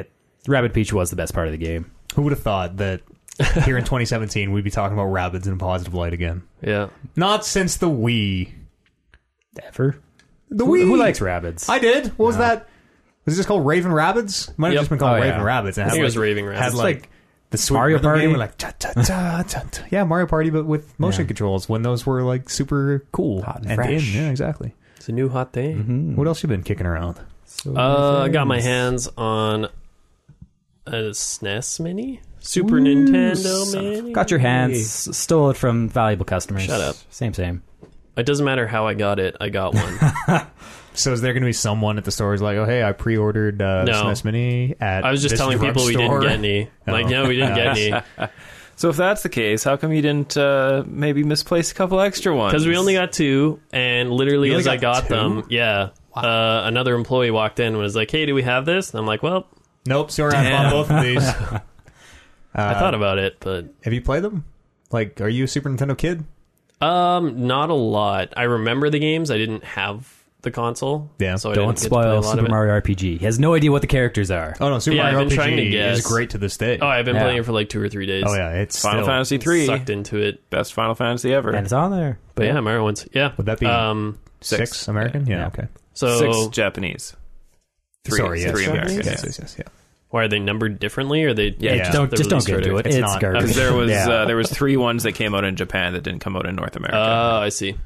B: It, Rabbit Peach was the best part of the game.
A: Who would have thought that here in 2017 we'd be talking about rabbits in a positive light again?
C: yeah.
A: Not since the Wii.
B: Ever?
A: The
B: Who,
A: Wii.
B: who likes Rabbids?
A: I did. What was that? Was it just called Raven Rabbits? Might have
C: Yep.
A: just been called
B: Oh, yeah.
A: Raven Rabbits. And
C: I
A: had,
C: think it was
A: like-
C: Raving Rabbits.
A: Had
C: It's
A: like,
B: like
A: the sweet
B: Mario
A: rhythm
B: Party?
A: game, like ta ta ta ta ta. Yeah, Mario Party, but with motion controls when those were like super cool
B: Hot and fresh.
A: in. Yeah, exactly.
C: It's a new hot thing.
A: What else you been kicking around?
B: So
C: Uh, I
B: many
C: got my
B: things.
C: hands on a SNES Mini, Super Nintendo
B: son of-
C: Mini.
B: Got your hands. s- Stole it from valuable customers.
C: Shut up.
B: Same, same.
C: It doesn't matter how I got it. I got one.
A: So is there going to be someone at the store who's like, "Oh, hey, I pre-ordered uh,
C: No.
A: SNES Mini at
C: I was just
A: this
C: telling people we didn't
A: drugstore?"
C: get any. Like,
A: Oh.
C: no, we didn't get any
D: So if that's the case, how come you didn't uh, maybe misplace a couple extra ones?
C: because we only got two, and literally
A: You only
C: as I
A: got
C: got
A: two?
C: them, yeah. Uh, another employee walked in and was like, "Hey, do we have this?" And I'm like, "Well,
A: Nope, sorry, I bought both of these.
C: I thought about it, but
A: Have you played them? Like, are you a Super Nintendo kid?
C: Um, not a lot. I remember the games. I didn't have the console.
A: Yeah,
C: so I
B: Don't
C: didn't get to play a
B: spoil
C: lot of
B: Super
C: it.
B: Mario RPG. He has no idea what the characters are.
A: Oh no, Super
C: Yeah, I've
A: Mario
C: been trying to
A: RPG is
C: guess.
A: great to this day.
C: Oh, I've been
B: Yeah.
C: playing it for like two or three days.
A: Oh, yeah, it's
D: Final
A: still,
D: Fantasy three,
C: sucked into it.
D: best Final Fantasy ever.
B: And it's on there.
C: But yeah, Mario ones. Yeah,
A: Would that be-
C: um?
A: six,
D: Six.
A: American. Yeah,
B: Yeah.
A: okay.
C: So
D: Six Japanese. Three,
A: Sorry, yes.
D: three
A: yes,
D: American.
A: Yes,
D: yeah.
A: yes, yes, yeah.
C: why are they numbered differently? Or they?
D: Yeah.
B: Yeah, Don't,
C: the
B: just don't
C: release
B: get into
C: order.
B: it.
A: It's
B: It's,
A: not-
B: garbage.
D: Because there was
B: Yeah.
D: uh, there was three ones that came out in Japan that didn't come out in North America.
C: Oh, I see.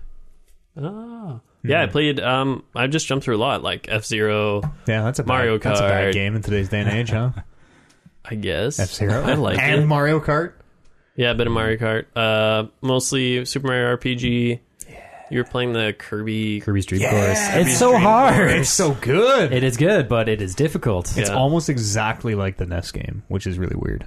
C: Oh. Yeah, I played. Um, I've just jumped through a lot, like F Zero.
A: Yeah, that's a bad,
C: Mario
A: That's a bad
C: Kart.
A: game in today's day and age, huh?
C: I guess
A: F Zero.
C: I like
A: and
C: it.
A: Mario Kart.
C: Yeah, a bit of Mario Kart. Uh, mostly Super Mario RPG. You're playing the Kirby.
B: Kirby's Dream
A: Yeah,
B: Course.
A: Kirby's
B: It's so
A: Dream
B: hard.
A: It's so good.
B: It is good, but it is difficult.
A: It's
C: Yeah.
A: almost exactly like the NES game, which is really weird.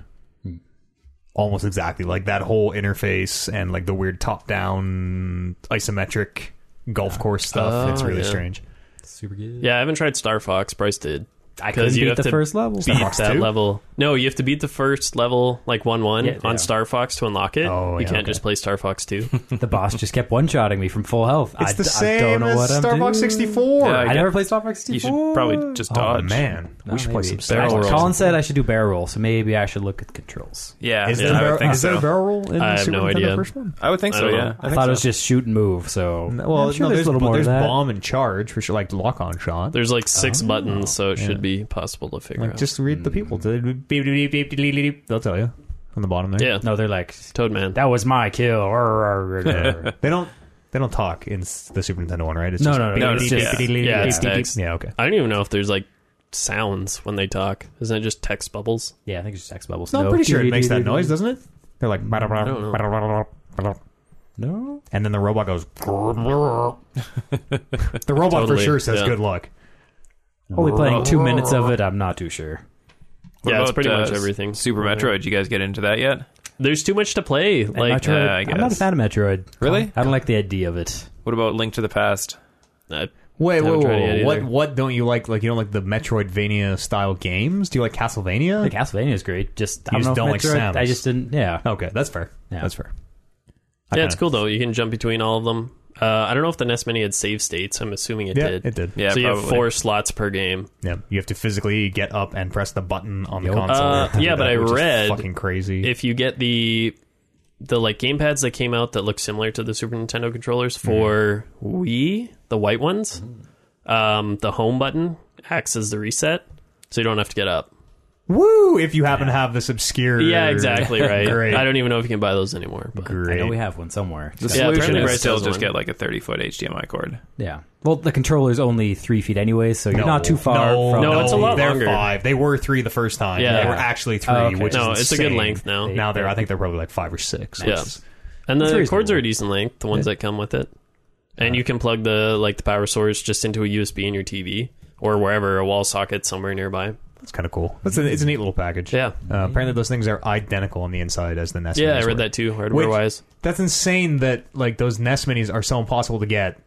A: Almost exactly like that whole interface and like the weird top-down isometric golf course stuff.
C: Oh,
A: it's really
C: yeah.
A: strange.
B: Super good.
C: Yeah, I haven't tried Star Fox. Bryce did.
B: I
C: Because
B: couldn't
C: you
B: beat
C: have
B: the
C: to
B: first level.
C: beat
A: Fox
C: that
A: 2?
C: level. No, you have to beat the first level like one one
B: Yeah, yeah.
C: on Star Fox to unlock it.
A: Oh,
C: you
A: yeah,
C: can't
A: okay.
C: just play Star Fox two.
B: The boss just kept one-shotting me from full health.
A: It's
B: I,
A: the
B: I
A: same
B: don't know
A: as
B: what I'm
A: Star Fox
B: doing.
A: 64.
D: Yeah, I
B: I
D: get-
B: never played Star Fox 64.
D: you should probably just
A: oh
D: dodge.
A: man,
B: No,
A: we should
B: maybe.
A: play some
C: Barrel
A: Star
C: rolls.
A: Wars.
B: Colin said I should do barrel roll, so maybe I should look at controls.
D: Yeah,
A: Is,
D: yeah,
A: there,
D: I
A: a barrel-
D: would think
A: is there a
D: so.
A: barrel roll in
C: I
A: the
C: have
A: Super
C: no
A: Nintendo
C: idea.
A: first one?
D: I would think
C: I
D: so.
C: don't
D: Yeah,
C: know.
B: I, thought it was just shoot and move, so
A: Well,
B: I'm sure
A: no,
B: there's, a little more
A: there's
B: to that.
A: bomb and charge, which are like lock on shot.
C: There's like six buttons, so it should be possible to figure
A: Oh, Like,
C: out.
A: just read the people.
B: Hmm.
A: They'll tell you on the bottom there.
C: yeah,
B: No, they're like,
C: Toadman.
B: that was my kill. Arr, arr, arr, arr.
A: They don't. They don't talk in s- the Super Nintendo one, right? It's
B: No,
A: just
B: no, no, no,
A: beep,
B: it's
A: beep,
B: just-
A: beep, beep,
C: yeah,
A: beep,
C: it's
A: beep, beep.
C: text.
A: Yeah, okay.
C: I don't even know if there's like sounds when they talk. Isn't it just text bubbles?
B: yeah, I think it's just X bubbles.
A: No, I'm
B: No.
A: pretty sure it makes that noise, doesn't it? They're like, "Bada, bada,
C: don't know.
A: bada, bada, bada."
B: No.
A: and then the robot goes. the robot for
C: Totally,
A: sure says,
C: yeah.
A: "Good luck."
B: Only playing two minutes of it, I'm not too sure.
D: What
C: yeah, it's
D: about,
C: pretty much
D: uh,
C: everything.
D: Super Metroid. You guys get into that yet?
C: There's too much to play.
B: And
C: Like
B: Metroid,
D: uh, I
B: I'm not a
D: guess.
B: fan of Metroid.
D: Really?
B: I don't like the idea of it.
D: What about Link to the Past?
C: uh,
A: Wait,
C: Haven't
A: wait,
C: tried it
A: wait.
C: yet
A: What?
C: either.
A: What don't you like? Like, you don't like the Metroidvania style games? Do you like Castlevania?
B: The Castlevania is great. Just I
A: You just
B: don't know
A: don't
B: if
A: like
B: Metroid-
A: sounds.
B: I just didn't. Yeah.
A: Okay, that's fair.
B: Yeah.
A: That's fair. I
C: yeah, it's
A: kinda-
C: cool though. You can jump between all of them. Uh, I don't know if the NES Mini had save states. I'm assuming it
A: Yeah,
C: did.
A: it did.
D: Yeah,
C: so you have
D: probably.
C: four slots per game.
A: Yeah, you have to physically get up and press the button on the
B: Yup.
A: console.
C: Uh,
A: to do
C: yeah, but
A: that,
C: I
A: which is
C: read
A: fucking crazy.
C: If you get the the like gamepads that came out that look similar to the Super Nintendo controllers
A: Mm-hmm.
C: for Wii, the white ones,
A: Mm-hmm.
C: um, the home button acts as the reset, so you don't have to get up.
A: Woo! If you happen to have this obscure,
C: Yeah, exactly right.
A: Great.
C: I don't even know if you can buy those anymore. But.
B: I know
A: Great.
B: we have one somewhere.
D: The
C: Yeah,
D: solution
C: apparently
D: is
C: Bryce
D: still
C: has
D: just
C: one.
D: get like a 30 foot HDMI cord.
B: Yeah. Well, the controller's only three feet anyway, so you're
A: No,
B: not too far.
A: No,
B: from
C: No, it's a lot
A: They're
C: longer.
A: five. They were three the first time.
C: Yeah.
A: they were actually three,
B: Oh, okay.
A: which
C: No,
A: is
C: it's a good
A: insane.
C: length now.
A: Now they're, I think they're probably like five or six.
C: Yeah.
A: It's-
C: And
B: It's
C: the
B: reasonable.
C: cords are a decent length, the ones that come with it. And you can plug the like the power source just into a USB in your TV or wherever a wall socket somewhere nearby.
A: It's kind of cool. It's a, it's a neat little package.
C: Yeah.
A: Uh, apparently, those things are identical on the inside as the Nest.
C: Yeah, I
A: Minis were.
C: read that too, hardware
A: Which-
C: wise.
A: That's insane. That like those Nest Minis are so impossible to get,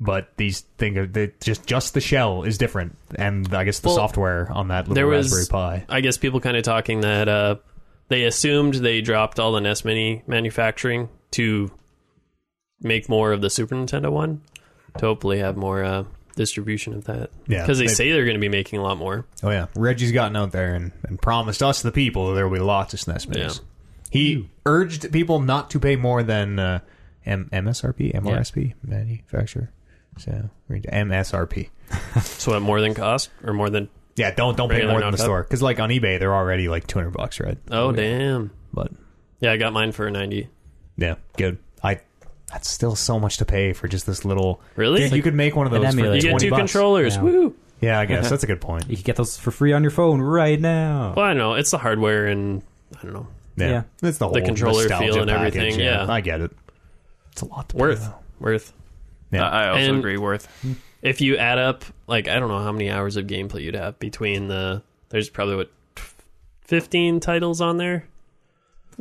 A: but these things are they, just just the shell is different, and I guess the
C: Well,
A: software on that little
C: there was-
A: Raspberry Pi.
C: I guess people kind of talking that uh, they assumed they dropped all the NES Mini manufacturing to make more of the Super Nintendo one to hopefully have more uh, distribution of that.
A: Yeah,
C: because they
A: they-
C: say they're going to be making a lot more.
A: Oh yeah, Reggie's gotten out there and, and promised us the people that there will be lots of SNES minis.
C: Yeah.
A: He urged people not to pay more than uh, M- MSRP, MRSP, manufacturer. So MSRP.
C: So at more than cost or more than
A: Yeah, don't don't pay
C: Regular
A: more than the
C: non-cut?
A: store because like on eBay they're already like two hundred bucks, right?
C: oh damn
A: But
C: yeah I got mine for ninety.
A: yeah, good. I that's still so much to pay for just this little.
C: Really?
A: Dude, you could make one of those. For
B: emulator.
C: You get
A: 20
C: two Uh-huh.
A: bucks.
C: controllers.
B: Yeah.
C: Woo!
A: Yeah, I guess that's a good point.
B: You can get those for free on your phone right now.
C: Well, I don't know. It's the hardware and I don't know.
A: Yeah,
B: Yeah.
A: that's the whole
C: controller
A: nostalgia
C: feel and
A: package,
C: everything, yeah.
A: I get it. It's a lot to pay,
C: Worth.
A: though.
C: Worth.
A: Yeah.
D: I I also
C: And-
D: agree, Worth.
C: If you add up like I don't know how many hours of gameplay you'd have between the there's probably what fifteen titles on there.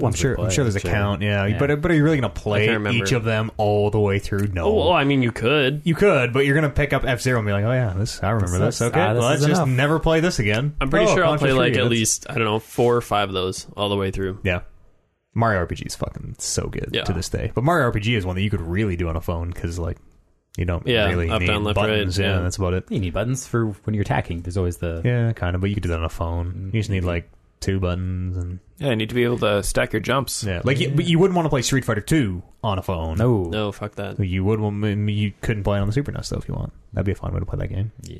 A: I'm sure. I'm sure there's a count. Yeah, but but are you really going to play
C: can't remember.
A: each of them all the way through? No.
C: Oh, well, I mean you could.
A: you could, but you're going to pick up F Zero and be like, oh yeah, this I remember this.
B: This sucks.
A: Okay,
B: Ah, this
A: well, let's
B: is
A: just
B: enough.
A: never play this again.
C: I'm pretty
A: Oh,
C: sure I'll
A: Contra
C: play like
A: 3,
C: at
A: that's-
C: least I don't know four or five of those all the way through.
A: Yeah, Mario RPG is fucking so good
C: Yeah.
A: to this day. But Mario RPG is one that you could really do on a phone because like you don't
C: Yeah,
A: really
C: up,
A: need
C: down, left,
A: buttons.
C: right,
A: yeah,
C: yeah.
A: that's about it.
B: You need buttons for when you're attacking. There's always the
A: Yeah, kind of. But you could do that on a phone. You just
C: Mm-hmm.
A: need like two buttons and
D: Yeah, you need to be able to stack your jumps.
A: yeah, like You, but you wouldn't want to play Street Fighter Two on a phone.
B: no.
C: No, fuck that.
A: You would want you couldn't play it on the Super NES though if you want. That'd be a fun way to play that game.
B: Yeah.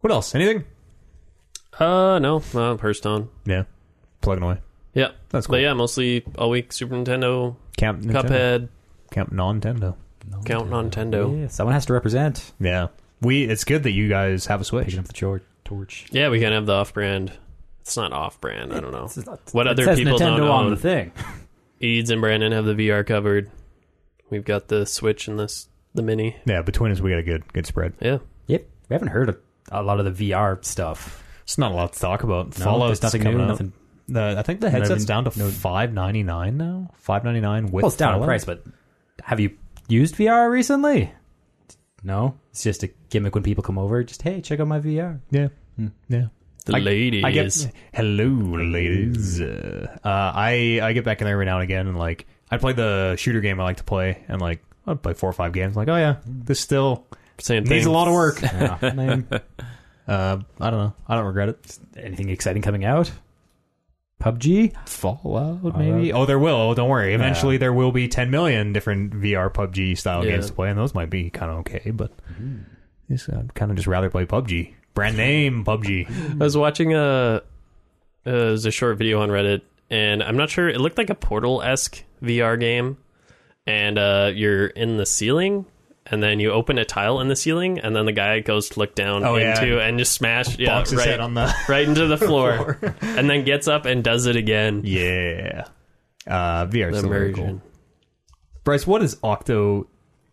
A: What else? Anything?
C: Uh no, uh, Hearthstone.
A: Yeah. Plugging away.
C: Yeah,
A: That's cool.
C: but yeah, mostly all week Super Nintendo,
A: Camp Nintendo.
C: Cuphead,
A: Camp Nintendo.
C: Count Nintendo.
B: Yeah, someone has to represent.
A: Yeah. We it's good that you guys have a Switch.
B: Picking up the chor- torch.
C: Yeah, we can have the off-brand. It's not off-brand. I don't know.
B: It's not-
C: What
B: it
C: other
B: says
C: people
B: Nintendo
C: don't
B: on
C: own?
B: the thing?
C: Eads and Brandon have the VR covered. We've got the Switch and this the Mini.
A: Yeah, between us we got a good good spread.
C: Yeah,
B: Yep. We haven't heard of a lot of the VR stuff.
A: It's not a lot to talk about.
B: No,
A: Fallout's
B: there's nothing
A: coming
B: new.
A: out.
B: Nothing.
A: The, I think the headset's down to five ninety nine now. Five ninety nine with
B: Well, it's down in
A: Fallout.
B: price, but have you used VR recently? No. It's just a gimmick when people come over. Just hey, check out my VR.
A: Yeah. Yeah.
C: the ladies.
A: I get, hello, ladies. Uh, I I get back in there every now and again, and like I play the shooter game I like to play, and like I play four or five games. Like, oh yeah, this still
C: Same thing.
A: needs a lot of work.
B: Yeah. I mean,
A: Uh, I don't know. I don't regret it.
B: anything exciting coming out? PUBG.
A: Fallout, maybe. Oh, there will. Don't worry. Eventually, there will be 10 million different VR PUBG style
C: Yeah.
A: games to play, and those might be kind of okay. But yes, I'd kind of just rather play PUBG. Brand name PUBG.
C: I was watching a uh, it was a short video on Reddit, and I'm not sure. It looked like a Portal esque VR game, and uh, you're in the ceiling, and then you open a tile in the ceiling, and then the guy goes to look down
A: Oh, yeah.
C: into and just smash yeah
A: Bonks his
C: right
A: head on the
C: right into the floor, and then gets up and does it again.
A: yeah. Uh, VR is
C: The
A: still very
C: immersion.
A: cool. Bryce, what is Octo?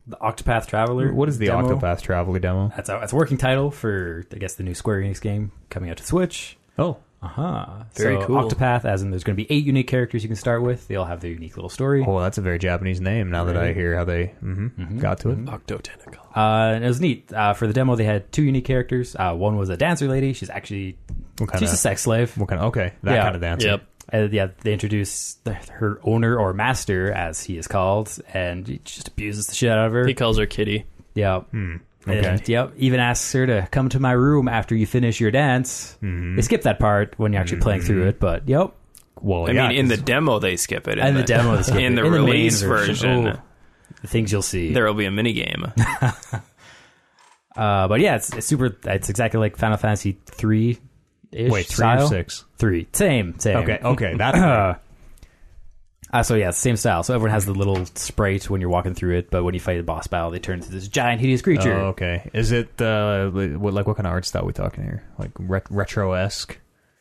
B: The Octopath Traveler.
A: What is the
B: demo.
A: Octopath Traveler demo?
B: That's a, that's a working title for I guess the new Square Enix game coming out to Switch.
A: Oh,
B: Uh huh.
C: Very
B: so
C: cool.
B: Octopath, as in there's going to be eight unique characters you can start with. They all have their unique little story.
A: oh, that's a very Japanese name. Now that I hear how they mhm, got to it,
C: Octo tentacle.
B: Uh, and it was neat. Uh, for the demo, they had two unique characters. Uh, one was a dancer lady. She's actually
A: What kind
B: she's a
A: of?
B: sex slave.
A: What kind of? Okay, that
B: Yeah.
A: kind of dance.
C: Yep.
B: Uh, yeah, they introduce the, her owner or master, as he is called, and he just abuses the shit out of her.
C: He Hmm. calls her Kitty.
B: yeah.
A: okay.
B: And, yep. Even asks her to come to my room after you finish your dance.
C: Mm-hmm.
B: They skip that part when you're actually playing through it, but yep.
A: Well,
D: I
A: yeah,
D: mean, in the
A: 'cause-
D: demo they skip it.
B: And the Oh. demo is
D: in the release version,
B: the things you'll see.
D: there will be a mini game.
B: Uh, but yeah, it's, it's super. It's exactly like Final Fantasy three.
A: wait, three or six?
B: Three. Same. Same.
A: Okay, okay, that's
B: Uh, so yeah, same style. So everyone has the little sprite when you're walking through it, but when you fight a boss battle, they turn into this giant hideous creature.
A: Oh, okay. Is it uh, li- what, like what kind of art style we talking here? Like ret- retro esque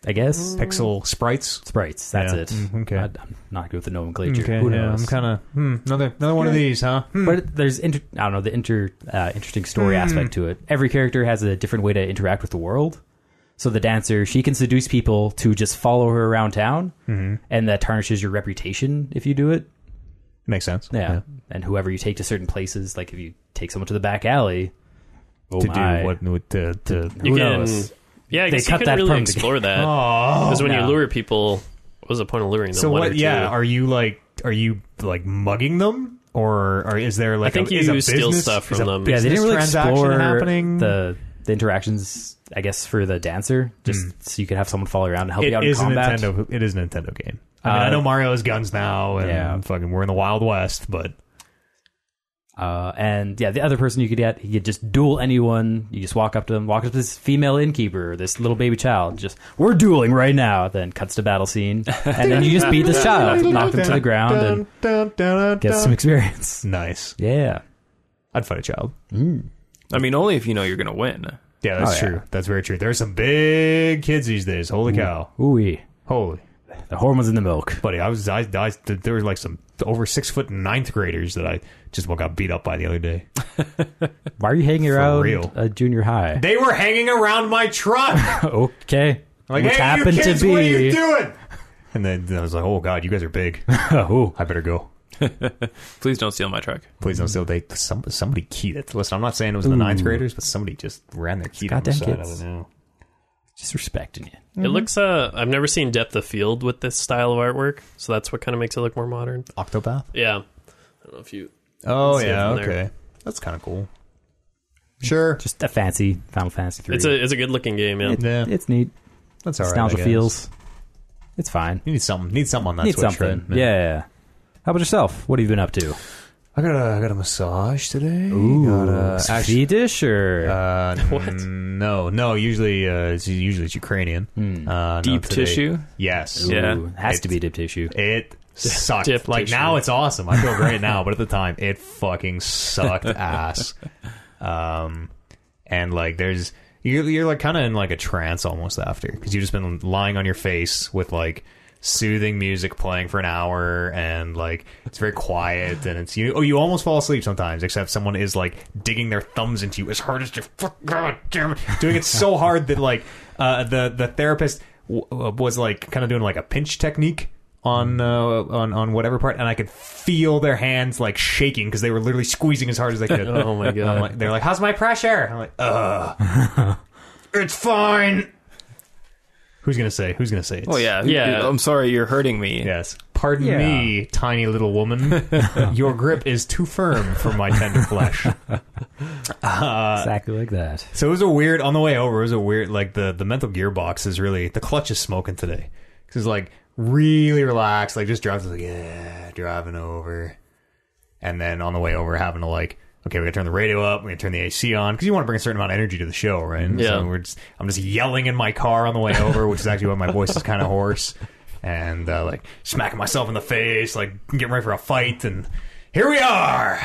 B: I guess
A: pixel sprites?
B: sprites. That's
A: Yeah.
B: it.
A: Mm, okay.
B: I, am not good with the nomenclature. Who
A: yeah,
B: knows?
A: I'm kind of hmm, another another one of these, huh? Hmm.
B: but there's inter- I don't know the inter uh, interesting story aspect to it. Every character has a different way to interact with the world. So the dancer, she can seduce people to just follow her around town, and that tarnishes your reputation if you do it.
A: Makes sense.
B: Yeah. and whoever you take to certain places, like if you take someone to the back alley, oh
A: To
B: my.
A: do what? what- To, to,
B: Who
C: You can,
B: knows?
C: yeah, I
B: They
C: guess
B: cut
C: you
B: that
C: can really
B: from-
C: explore that
A: oh.
C: because when you
B: no.
C: lure people, what was the point of luring them?
A: So
C: One
A: what?
C: or
A: Yeah.
C: two?
A: Are you like? Are you like mugging them, or, or is there like?
C: I think
A: a, is a
C: you steal
A: business-
C: stuff
A: is
C: from
A: a
C: them.
B: yeah, they
A: business
B: didn't really
A: transaction
B: explore
A: happening?
B: the the interactions. I guess for the dancer, just so you could have someone follow you around and help
A: It
B: you out
A: is
B: in combat.
A: a Nintendo. It is a Nintendo game. I mean,
B: Uh,
A: I know Mario has guns now, and
B: yeah.
A: fucking we're in the Wild West, but
B: Uh, and yeah, the other person you could get, you could just duel anyone. You just walk up to them, walk up to this female innkeeper, this little baby child. Just we're dueling right now. Then cuts to battle scene, and then you just beat this child, knock them to the ground, and
A: Dun, dun, dun,
B: get
A: dun.
B: some experience.
A: nice.
B: Yeah,
A: I'd fight a child.
D: I mean, only if you know you're going to win.
A: Yeah, that's
B: Oh, yeah.
A: true. That's very true. There's some big kids these days. Holy cow!
B: ooh,
A: Holy
B: the hormones in the milk.
A: buddy, I was I, I there were like some over six foot ninth graders that I just about got beat up by the other day.
B: Why are you hanging around
A: real.
B: a junior high?
A: They were hanging around my truck.
B: okay,
A: Like,
B: which
A: hey,
B: happened
A: you kids,
B: to be.
A: what are you doing? And then, then I was like, oh god, you guys are big.
B: oh,
A: I better go.
D: Please don't steal my truck.
A: Please don't steal. They some, somebody keyed it. Listen, I'm not saying it was the ninth graders, but somebody just ran their key down the
B: goddamn
A: side.
B: kids.
A: I don't know.
B: just respecting you.
C: It looks. Uh, I've never seen depth of field with this style of artwork, so that's what kind of makes it look more modern.
A: Octopath.
C: Yeah, I don't know if you.
A: Oh
C: Let's see
A: yeah,
C: it from
A: okay,
C: there.
A: that's kind of cool. Sure,
B: Just a fancy Final Fantasy three.
C: It's a it's a good looking game. Yeah,
A: yeah,
B: it's neat.
A: that's all right. I
B: Nostalgia
A: guess.
B: feels. It's fine.
A: You need something. Need something on that
B: Need
A: Switch,
B: something.
A: right?
B: Yeah. How about yourself? What have you been up to?
A: I got a I got a massage today.
B: uh,
A: got a, actually,
B: Swedish or
A: uh,
C: What?
A: No, no. Usually, uh, it's usually it's Ukrainian. Uh, no,
D: Deep
A: today-
D: tissue?
A: Yes.
B: Hmm. Ooh,
D: yeah,
B: has
A: it's-
B: to be dip tissue.
A: It sucked.
C: Dip
A: like
C: tissue.
A: now it's awesome. I feel great now, but at the time it fucking sucked ass. Um, and like there's you're you're like kind of in like a trance almost after because you've just been lying on your face with like soothing music playing for an hour and like it's very quiet and it's you oh you almost fall asleep sometimes except someone is like digging their thumbs into you as hard as their fuck god damn it doing it so hard that like uh the the therapist w- w- was like kind of doing like a pinch technique on uh, on on whatever part, and I could feel their hands like shaking because they were literally squeezing as hard as they could.
C: Oh, my God.
A: I'm like- they're like, "How's my pressure?" I'm like, "Ugh, it's fine." Who's gonna say? Who's gonna say? It's,
D: Oh yeah,
C: Yeah.
D: I'm sorry, you're hurting me.
A: Yes. Pardon
B: Yeah.
A: me, tiny little woman. Your grip is too firm for my tender flesh.
B: exactly like that.
A: So it was a weird on the way over. It was a weird like the the mental gearbox is really the clutch is smoking today because like really relaxed, like just driving like yeah, driving over, and then on the way over having to like okay, we gotta turn the radio up, we gotta turn the AC on because you want to bring a certain amount of energy to the show, right? And
C: Yeah.
A: So we're just I'm just yelling in my car on the way over, which is actually why my voice is kind of hoarse, and uh, like smacking myself in the face, like getting ready for a fight, and here we are.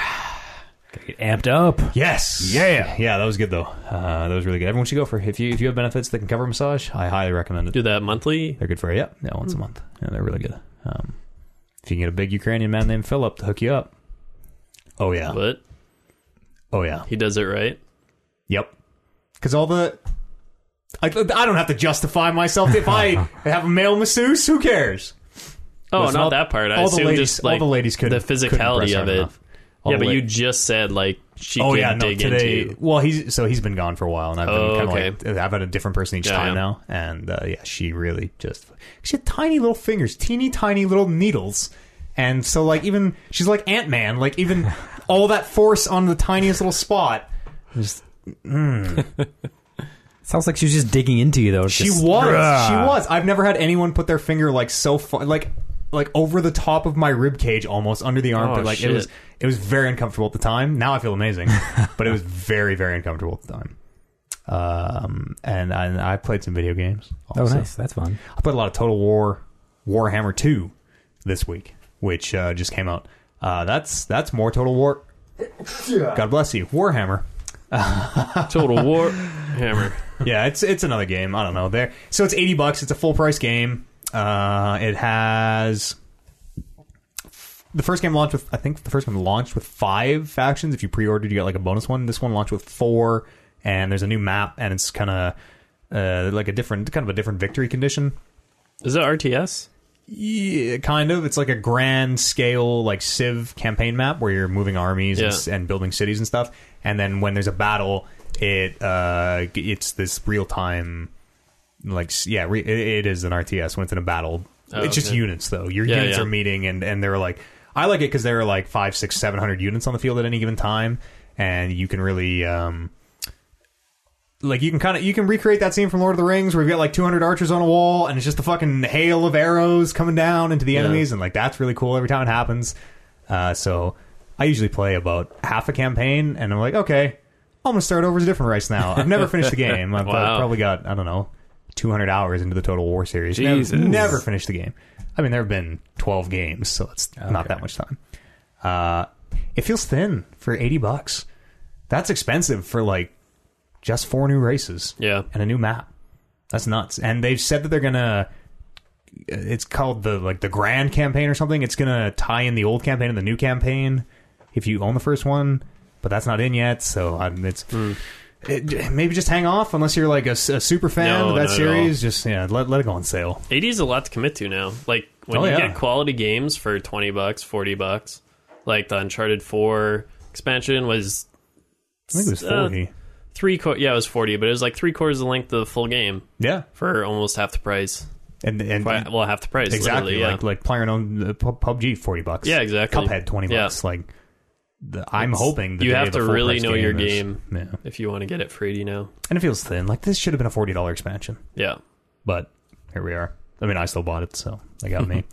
B: Get amped up.
A: Yes. Yeah. Yeah. That was good though. Uh, that was really good. Everyone should go for if you if you have benefits that can cover massage, I highly recommend it.
C: do that monthly.
A: They're good for you. Yep. Yeah, once a month. Yeah, they're really good. Um, if you can get a big Ukrainian man named Philip to hook you up. Oh yeah.
C: But
A: Oh yeah.
C: he does it right.
A: Yep. Because all the. I, I don't have to justify myself if I have a male masseuse. Who cares?
C: Oh,
A: Listen,
C: not
A: all-
C: that part. I
A: all the
C: assume
A: ladies-
C: just like
A: all the ladies couldn't-
C: the physicality
A: couldn't press
C: of
A: hard
C: it.
A: enough. All
C: yeah,
A: the
C: but
A: la-
C: you just said like she
A: Oh
C: can
A: yeah, no.
C: dig
A: Today,
C: into.
A: well, he's so he's been gone for a while, and I've been
C: Oh,
A: kind of
C: okay.
A: like I've had a different person each
C: Yeah,
A: time
C: yeah.
A: now, and uh, yeah, she really just she had tiny little fingers, teeny tiny little needles, and so like even she's like Ant Man, like even all that force on the tiniest little spot.
B: Sounds like she was just digging into you though.
A: She was, she was. I've never had anyone put their finger like so far, like like over the top of my rib cage, almost under the armpit.
B: Oh,
A: like
C: shit.
A: it was, it was very uncomfortable at the time. Now I feel amazing, but it was very, very uncomfortable at the time. Um, and I, I played some video games.
B: Oh,
A: also.
B: nice. That's fun.
A: I played a lot of Total War, Warhammer Two, this week, which uh, just came out. Uh, that's that's more Total War. God bless you, Warhammer.
C: Total War Hammer.
A: yeah, it's it's another game. I don't know. There, so it's eighty bucks. It's a full price game. Uh, it has the first game launched with I think the first one launched with five factions. If you pre-ordered, you get like a bonus one. This one launched with four, and there's a new map, and it's kind of uh, like a different kind of a different victory condition.
C: Is it RTS?
A: Yeah, kind of. It's like a grand scale, like Civ campaign map where you're moving armies and
C: Yeah.
A: and, and building cities and stuff. And then when there's a battle, it uh, g- it's this real time, like s- yeah, re- it, it is an RTS when it's in a battle.
C: Oh,
A: it's just
C: okay.
A: units though. Your
C: Yeah,
A: units
C: yeah.
A: are meeting, and and they're like, I like it because there are like five, six, seven hundred units on the field at any given time, and you can really. Um, like you can kind of you can recreate that scene from Lord of the Rings where you've got like 200 archers on a wall and it's just a fucking hail of arrows coming down into the enemies and like that's really cool every time it happens. Uh, so I usually play about half a campaign and I'm like, okay, I'm gonna start over as a different race now. I've never finished the game. I've
C: Wow.
A: probably got I don't know 200 hours into the Total War series. Never-
D: Jesus.
A: Never, finished the game. I mean, there have been 12 games, so it's not that much time. Uh, it feels thin for 80 bucks. That's expensive for like just four new races
C: Yeah.
A: and a new map. That's nuts. And they've said that they're gonna. uh, It's called the like the grand campaign or something. It's gonna tie in the old campaign and the new campaign if you own the first one, but that's not in yet. So um, it's
C: Hmm.
A: it, maybe just hang off unless you're like a, s- a super fan
C: No,
A: of that
C: not at
A: series. Just yeah, let let it go on sale.
C: 80 is a lot to commit to now. Like when
A: Oh,
C: you
A: yeah.
C: get quality games for 20 bucks, 40 bucks, like the Uncharted 4 expansion was
A: I think it was
C: Uh,
A: forty.
C: three qu- yeah, it was 40, but it was like 3 quarters the length of the full game
A: yeah,
C: for almost half the price.
A: and and
C: Fi- Well, half the price.
A: Mm-hmm. exactly
C: literally, yeah.
A: like like player owned uh, Pub- PUBG forty bucks.
C: Yeah, exactly.
A: Cuphead twenty
C: Yeah.
A: bucks. Like the, I'm hoping the
C: you
A: day
C: have
A: of the
C: to
A: full
C: really
A: price
C: know your
A: is-
C: game.
A: Yeah.
C: if you want to get it for 80 now.
A: and it feels thin. Like this should have been a forty dollar expansion,
C: Yeah.
A: but here we are. I mean, I still bought it, so they got me.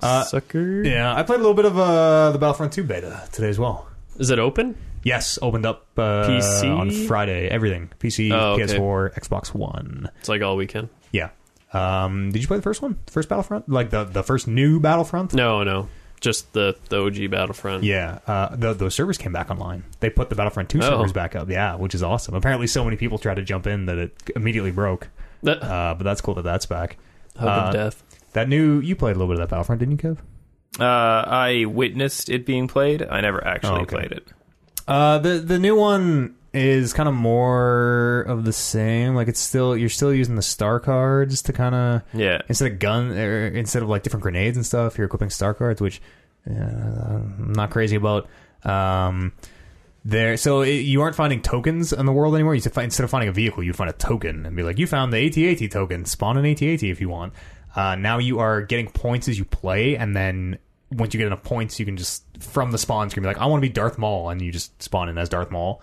A: Uh,
C: Sucker.
A: yeah, I played a little bit of uh, the Battlefront Two beta today as well.
C: Is it open?
A: Yes, opened up uh,
C: PC?
A: on Friday. Everything PC,
C: Oh, okay.
A: PS4, Xbox One.
C: It's like all weekend.
A: Yeah. Um, did you play the first one? The first Battlefront, like the the first new Battlefront?
C: No, no. Just the, the OG Battlefront.
A: Yeah, uh, the, those servers came back online. They put the Battlefront 2
C: Oh.
A: servers back up. Yeah, which is awesome. Apparently, so many people tried to jump in that it immediately broke.
C: That,
A: Uh, but that's cool that that's back.
C: Hope
A: uh,
C: of Death.
A: That new you played a little bit of that Battlefront, didn't you, Kev?
D: Uh, I witnessed it being played. I never actually
A: Oh, okay.
D: played it.
A: Uh, the the new one is kind of more of the same. Like it's still you're still using the star cards to kind of
D: Yeah.
A: instead of gun or instead of like different grenades and stuff, you're equipping star cards, which uh, I'm not crazy about. Um, there, so it, you aren't finding tokens in the world anymore. You find, instead of finding a vehicle, you find a token and be like, "You found the AT-AT token. Spawn an AT-AT if you want." Uh, now you are getting points as you play, and then once you get enough points, you can just from the spawn screen be like, "I want to be Darth Maul," and you just spawn in as Darth Maul.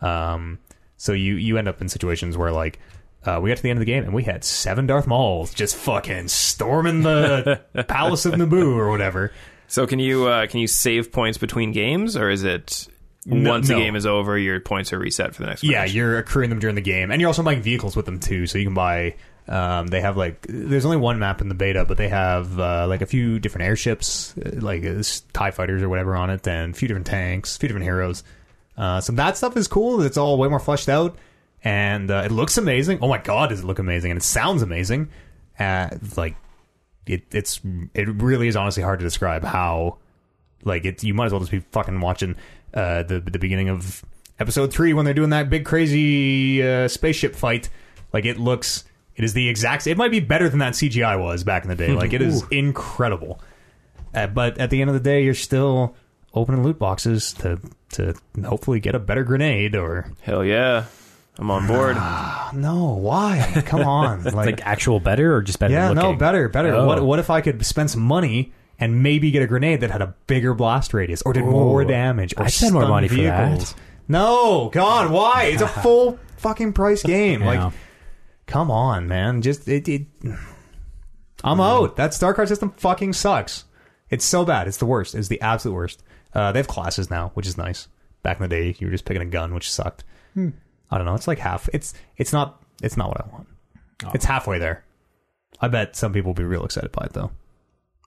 A: Um, so you you end up in situations where like uh, we got to the end of the game and we had seven Darth Mauls just fucking storming the Palace of Naboo or whatever.
D: So can you uh, can you save points between games, or is it once
A: no.
D: the game is over, your points are reset for the next?
A: Yeah,
D: match?
A: you're accruing them during the game, and you're also buying vehicles with them too. So you can buy. Um, they have like there's only one map in the beta, but they have uh, like a few different airships, uh, like uh, s- Tie fighters or whatever on it, and a few different tanks, a few different heroes. Uh, so that stuff is cool. It's all way more fleshed out, and uh, it looks amazing. Oh my god, does it look amazing? And it sounds amazing. Uh, like it, it's it really is honestly hard to describe how like it you might as well just be fucking watching uh the the beginning of episode 3 when they're doing that big crazy uh, spaceship fight like it looks it is the exact it might be better than that CGI was back in the day like it is incredible uh, but at the end of the day you're still opening loot boxes to to hopefully get a better grenade or
D: Hell yeah. I'm on board.
A: no why come on like,
B: Like actual better or just better?
A: yeah
B: looking?
A: no better better
B: Oh.
A: what what if I could spend some money and maybe get a grenade that had a bigger blast radius or did more
B: Ooh.
A: damage or
B: I'd spend more
A: stun
B: money for that.
A: vehicles. no god why it's a full fucking price game
B: Yeah.
A: like come on man just it, it i'm out that starcraft system fucking sucks it's so bad it's the worst it's the absolute worst uh, they have classes now which is nice back in the day you were just picking a gun which sucked i don't know it's like half it's it's not it's not what i want it's halfway there i bet some people will be real excited by it though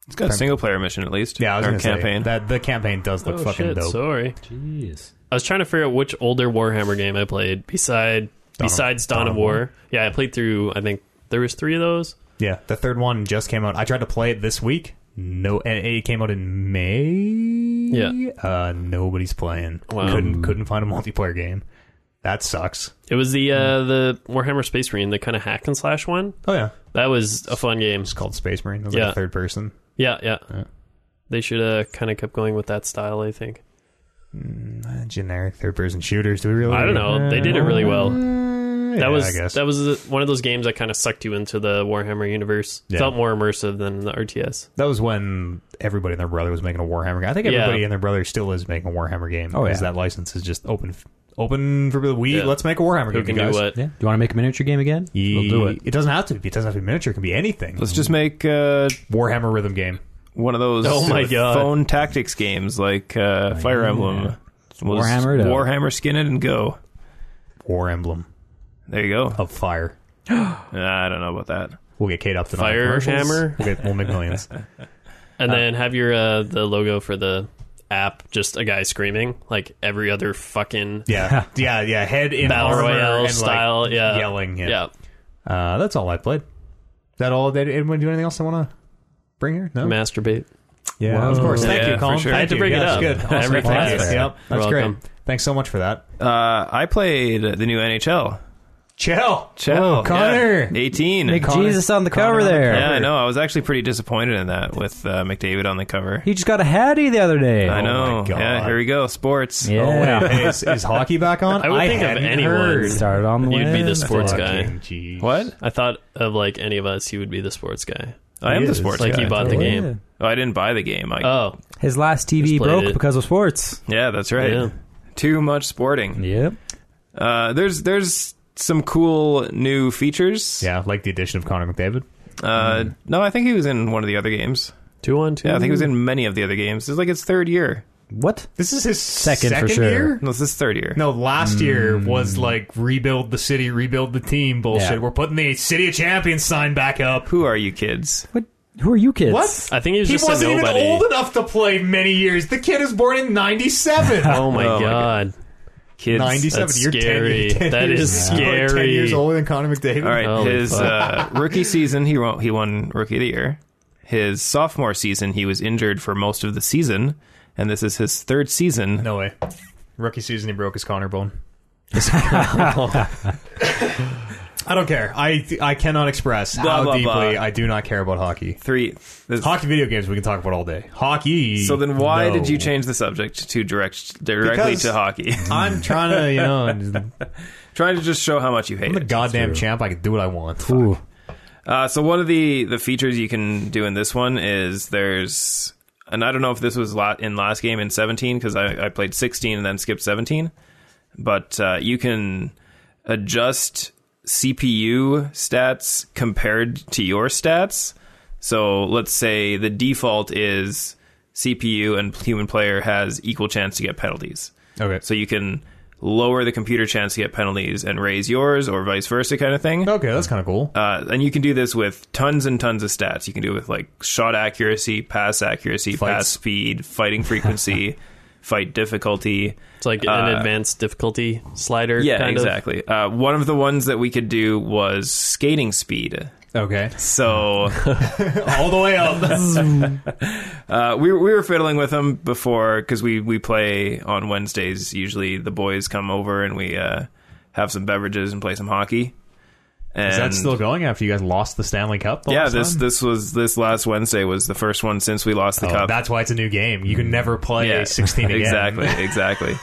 D: It's got a single player mission at least.
A: yeah i was
D: Or
A: gonna
D: campaign.
A: say that the campaign does look
C: Oh
A: fucking
C: shit!
A: dope
C: Sorry,
B: Jeez.
C: I was trying to figure out which older Warhammer game I played beside besides Dawn, of War. Yeah, I played through. I think there was three of those.
A: yeah the third one just came out i tried to play it this week no and it came out in may
C: Yeah.
A: uh nobody's playing
C: Wow.
A: couldn't couldn't find a multiplayer game that sucks
C: It was the
A: Hmm.
C: uh, the Warhammer Space Marine, the kind of hack and slash one.
A: oh yeah
C: That was a fun game.
A: it's called space marine it was
C: Yeah.
A: like a third person
C: Yeah, yeah.
A: Yeah.
C: They should uh kind of kept going with that style. I think.
A: Uh, generic third person shooters do we really
C: I don't know. They did it really well.
A: that
C: That was
A: i guess
C: that was uh, one of those games that kind of sucked you into the Warhammer universe.
A: Yeah.
C: Felt more immersive than the RTS.
A: that was when everybody and their brother was making a warhammer game i think
C: Yeah.
A: everybody and their brother still is making a warhammer game
B: Oh,
A: because
B: yeah.
A: that license is just open open for we
C: Yeah.
A: let's make a warhammer
C: Who
A: game
C: can
A: you
C: do
A: guys.
C: what?
B: Yeah. Do you want to make a miniature game again? We'll do it.
A: It doesn't have to be. It doesn't have to be miniature. It can be anything.
D: Let's just make uh,
A: Warhammer rhythm game.
D: one of those
C: Oh my God.
D: phone tactics games like
A: Oh,
D: uh, Fire Emblem. We'll just
B: Warhammer it up.
D: Warhammer skin it and go.
A: War Emblem
D: There you go.
A: of Fire.
D: Nah, I don't know about that.
A: We'll get Kate up to
C: Fire Hammer?
A: We'll, get, we'll make millions.
C: And then have your uh the logo for the app just a guy screaming like every other fucking
A: Yeah, yeah, yeah. Head in
C: battle
A: armor
C: royale
A: and, like,
C: style. yeah,
A: yelling. Yeah.
C: yeah.
A: Uh, that's all I played. That all? Did anyone do anything else I want to bring here? No.
C: Masturbate.
A: Yeah, of
B: Whoa.
A: course. Thank
D: Yeah,
A: you, Colin.
D: for sure.
A: Thank
D: I
C: had to
A: you.
C: bring it
A: Yeah,
C: up.
A: That's good. Awesome.
C: Every
A: Thank
B: class.
A: you. Yep, that's
C: You're
A: great.
C: welcome.
A: Thanks so much for that.
D: Uh, I played the new NHL.
A: Chill.
D: Chill.
A: Oh, Connor.
D: Yeah. 18.
B: Make
A: Connor-
B: Jesus on the
A: Connor
B: cover
A: on the
B: there.
D: yeah, I know. I was actually pretty disappointed in that with uh, McDavid on the cover.
B: He just got a Hattie the other day.
D: I know.
A: my God.
D: Yeah, here we go. Sports.
B: Oh Yeah.
A: Oh, wait. Hey, is, is hockey back on?
C: I would think of
A: hadn't
C: anyone.
A: heard.
B: Started on the
C: You'd be the
B: Wednesday.
C: sports guy.
A: Fucking jeez.
D: What?
C: I thought of like any of us, he would be the sports guy.
D: I am
A: He
D: the
A: is.
D: sports
C: Like
D: guy.
C: he bought the
B: Yeah.
C: game.
D: Oh, I didn't buy the game. I,
C: Oh,
B: His last TV
C: Just played
B: broke
C: it.
B: because of sports.
D: yeah, that's right.
C: Yeah.
D: Too much sporting.
B: Yep.
D: Uh, there's there's some cool new features.
A: Yeah, like the addition of Connor McDavid.
D: Uh, No, I think he was in one of the other games.
C: two on two.
D: Yeah, I think he was in many of the other games. It's like his third year.
B: What?
A: This is his second,
B: Second for sure.
A: year.
D: No, it's his third year.
A: No, last year was like rebuild the city, rebuild the team bullshit.
B: Yeah.
A: We're putting the City of Champions sign back up.
D: Who are you kids?
B: What? Who are you kids?
A: What?
C: I think he was just a
A: wasn't even
C: nobody.
A: old enough to play many years. The kid is born in '97.
C: Oh my
D: Oh my
C: god.
D: Kids.
A: '97.
C: That's
A: You're 10
C: scary.
A: You're 10
C: That
A: years,
C: is
A: you're Ten years
C: scary.
A: older than Connor McDavid. Oh,
D: All right,
C: Holy
D: his uh, rookie season, he won, he won rookie of the year. His sophomore season, he was injured for most of the season, and this is his third season.
A: No way. Rookie season, he broke his collarbone. I don't care. I I cannot express
D: Blah,
A: how
D: blah,
A: deeply
D: blah.
A: I do not care about hockey.
D: Three. this-
A: Hockey video games we can talk about all day. Hockey.
D: so then, why
A: no.
D: did you change the subject to direct directly
A: Because-
D: to hockey?
A: I'm trying to, you know, I'm
D: Trying to just show how much you hate.
A: the
D: it.
A: goddamn champ. I can do what I want.
B: Ooh.
D: Uh, so one of the the features you can do in this one is there's, and I don't know if this was la- in last game in 17 because I, I played 16 and then skipped 17, but uh, you can adjust CPU stats compared to your stats. So let's say the default is CPU and human player has equal chance to get penalties.
A: Okay.
D: So you can lower the computer chance to get penalties and raise yours or vice versa kind of thing.
A: Okay, that's kind of cool.
D: Uh, and you can do this with tons and tons of stats. You can do it with like shot accuracy, pass accuracy,
A: Fights.
D: pass speed, fighting frequency, fight difficulty.
C: It's like an
D: Uh,
C: advanced difficulty slider.
D: Yeah,
C: kind of.
D: exactly. Uh, one of the ones that we could do was skating speed.
A: Okay,
D: So
A: all the way up.
D: uh, we were- we were fiddling with them before because we we play on Wednesdays. Usually the boys come over and we uh, have some beverages and play some hockey. And
A: Is that still going after you guys lost the Stanley Cup? the
D: yeah,
A: last
D: this
A: time?
D: this was this last Wednesday was the first one since we lost the
A: Oh,
D: cup. Mm.
A: that's why it's a new game. You can never play
D: Yeah.
A: 16 again.
D: exactly, exactly.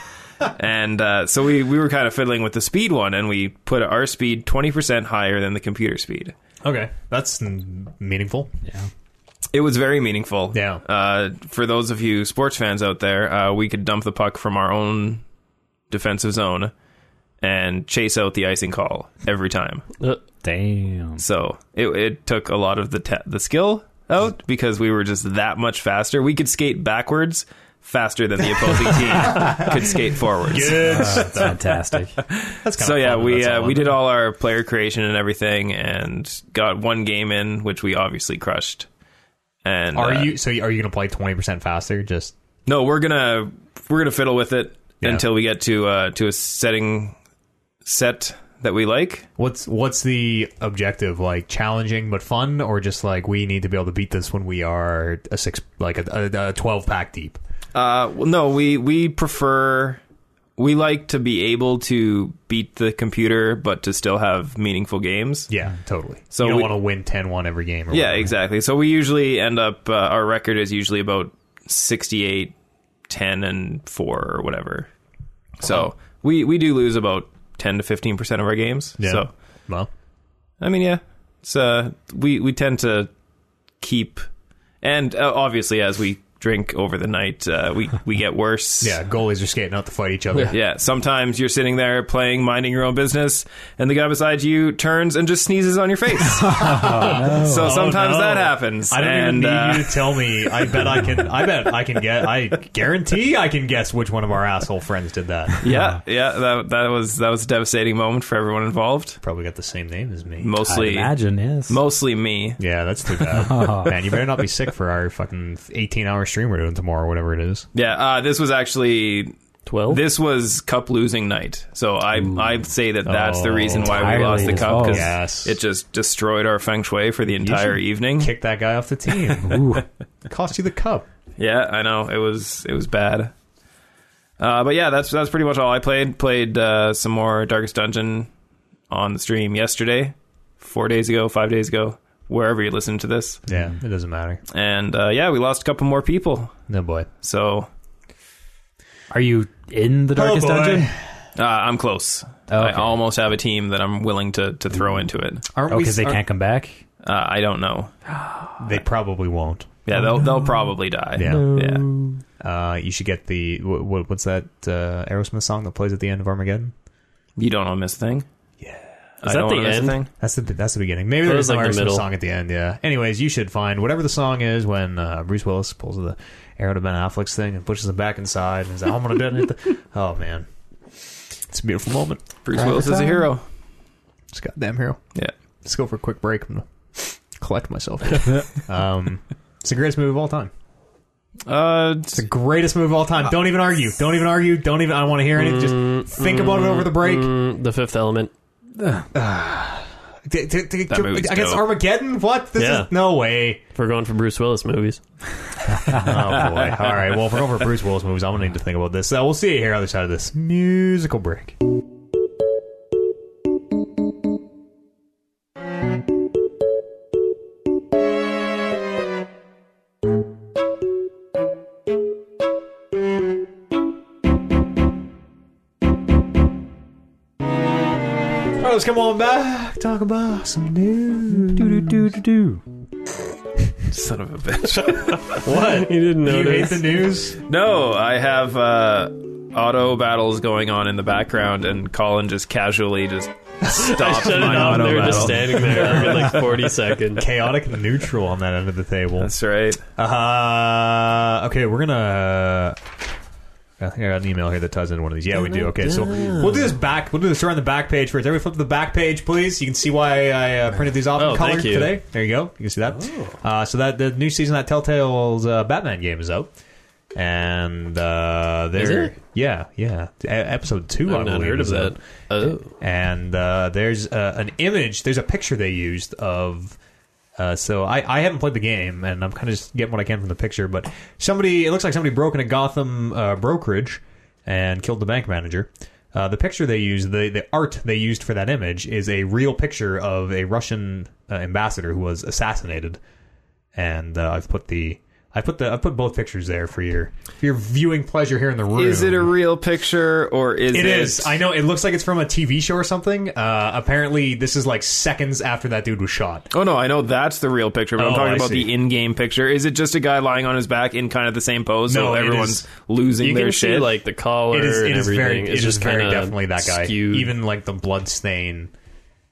D: and uh, so we we were kind of fiddling with the speed one, and we put our speed twenty percent higher than the computer speed.
A: Okay, that's mm, meaningful.
D: It was very meaningful.
A: Yeah.
D: Uh, for those of you sports fans out there, uh, we could dump the puck from our own defensive zone and chase out the icing call every time.
C: Uh,
B: Damn.
D: So it, it took a lot of the te- the skill out because we were just that much faster. We could skate backwards faster than the opposing team could skate forwards.
B: That's fantastic.
A: Uh, That's kind
D: So
A: of
D: yeah, we uh, we did
A: all.
D: all our player creation and everything, and got one game in, which we obviously crushed. And
A: Are
D: uh,
A: you so? Are you going to play 20 percent faster? Just
D: No, we're gonna we're gonna fiddle with it
A: Yeah.
D: until we get to uh, to a setting set that we like.
A: what's what's the objective? Like challenging but fun, or just like we need to be able to beat this when we are a six, like a, a, a 12 pack deep.
D: Uh, well, no, we we prefer we like to be able to beat the computer, but to still have meaningful games.
A: Yeah, totally.
D: Hmm.
A: So
D: So
A: you don't
D: we-
A: want to win 10-1 every game. Or
D: Yeah,
A: whatever.
D: exactly. So we usually end up uh, our record is usually about 68 10 and 4 or whatever. So we we do lose about 10 to 15% of our games.
A: Yeah.
D: So
A: Well,
D: I mean, yeah. It's uh we we tend to keep and uh, obviously as we drink over the night, uh, we we get worse.
A: yeah, goalies are skating out to fight each other.
D: Yeah, sometimes you're sitting there playing, minding your own business, and the guy beside you turns and just sneezes on your face. So sometimes
A: Oh, no.
D: that happens.
A: I don't
D: and,
A: even need
D: uh,
A: you to tell me. I bet I can. I bet I can get. I guarantee I can guess which one of our asshole friends did that.
D: Yeah, yeah, that that was that was a devastating moment for everyone involved.
A: Probably got the same name as me.
D: Mostly,
B: I imagine, yes.
D: mostly me.
A: Yeah, that's too bad. Man, you better not be sick for our fucking 18 hour stream we're doing tomorrow, whatever it is.
D: Yeah, uh, this was actually
C: 12?
D: this was cup losing night. So I I say that that's the
A: Oh,
D: reason why we lost the
B: entirely his
D: cup
B: fault.
D: because
A: Yes.
D: it just destroyed our feng shui for the entire
A: should
D: evening.
A: Kick that guy off the team.
B: Ooh.
A: Cost you the cup.
D: Yeah, I know it was it was bad. Uh, but yeah, that's that's pretty much all I played. Played uh, some more Darkest Dungeon on the stream yesterday, four days ago, five days ago, wherever you listen to this.
A: Yeah, it doesn't matter.
D: And uh, yeah, we lost a couple more people.
A: No boy.
D: So
B: Are you in the darkest
A: Oh, boy.
B: dungeon?
D: uh, I'm close. I
B: Okay.
D: almost have a team that I'm willing to to throw into it.
A: Aren't
B: Oh,
A: we?
B: because they
A: aren't-
B: can't come back.
D: Uh, I don't know.
A: They probably won't.
D: Yeah, they'll they'll probably die.
A: Yeah.
D: yeah.
A: Uh, you should get the wh- wh- what's that uh, Aerosmith song that plays at the end of Armageddon?
D: You don't want to miss a thing. Yeah,
C: Is that the end?
A: That's the that's the beginning. Maybe
C: Or
A: there's
C: is it like
A: an
C: the
A: Aerosmith
C: middle?
A: song at the end. Yeah. Anyways, you should find whatever the song is when uh, Bruce Willis pulls the arrow to Ben Affleck's thing and pushes him back inside and is like, "I'm gonna do it." The-" Oh man, it's a beautiful moment.
D: Bruce Willis is a hero.
A: It's a goddamn hero.
D: Yeah.
A: Let's go for a quick break. I'm gonna collect myself. um, it's the greatest move of all time.
D: Uh,
A: It's the greatest move of all time. Don't even argue. Don't even argue. Don't even. I don't want to hear anything. Just think about it over the break.
C: Mm, the fifth element.
A: D- d- d-
D: That movie's
A: against
D: dope.
A: Armageddon? What? This
C: Yeah.
A: is no way.
C: If we're going for Bruce Willis movies.
A: Oh boy. All right. Well, if we're over Bruce Willis movies, I'm gonna need to think about this. Uh, we'll see you here on the other side of this musical break. All right, let's come on back. Talk about some news.
B: Do do do do.
D: son of a bitch.
A: What?
C: You didn't
A: You hate
C: notice.
A: the news?
D: No, I have uh, auto battles going on in the background, and Colin just casually just stopped
C: Shut it
D: my
C: off.
D: auto
C: They were
D: battle.
C: just standing there for like 40 seconds.
A: chaotic and neutral on that end of the table.
D: That's right.
A: Uh, okay, we're gonna. I think I got an email here that ties into one of these. Yeah, we do. Okay, so we'll do this back. We'll do this around the back page first. Everybody flip to the back page, please. You can see why I uh, printed these off
C: Oh,
A: in color
C: thank you. Oh.
A: today. There you go. You can see that. Uh, so that the new season of that Telltale's uh, Batman game is out, and uh, there.
C: it?
A: Yeah, yeah. E- episode two. I
C: I've not
A: believe,
C: heard of
A: is out
C: that. Oh.
A: and uh, there's uh, an image, there's a picture they used of. Uh, so I, I haven't played the game, and I'm kind of just getting what I can from the picture. But somebody, it looks like somebody broke into Gotham uh, brokerage and killed the bank manager. Uh, the picture they used, the the art they used for that image, is a real picture of a Russian uh, ambassador who was assassinated. And uh, I've put the I put the I put both pictures there for your for your viewing pleasure here in the room.
D: Is it a real picture or is it?
A: It is. I know. It looks like it's from a TV show or something. Uh, apparently, this is like seconds after that dude was shot.
D: Oh no, I know that's the real picture, but
A: Oh,
D: I'm talking
A: I
D: about
A: see.
D: the in-game picture. Is it just a guy lying on his back in kind of the same pose,
A: No,
D: so
A: it
D: everyone's
A: is-
D: losing
C: You
D: their
C: can
D: shit?
C: see like the collar
A: It is. It
C: and
A: is
C: everything.
A: very. It
C: it's
A: is
C: just
A: very
C: kinda
A: definitely that guy.
C: Skewed.
A: Even like the blood stain.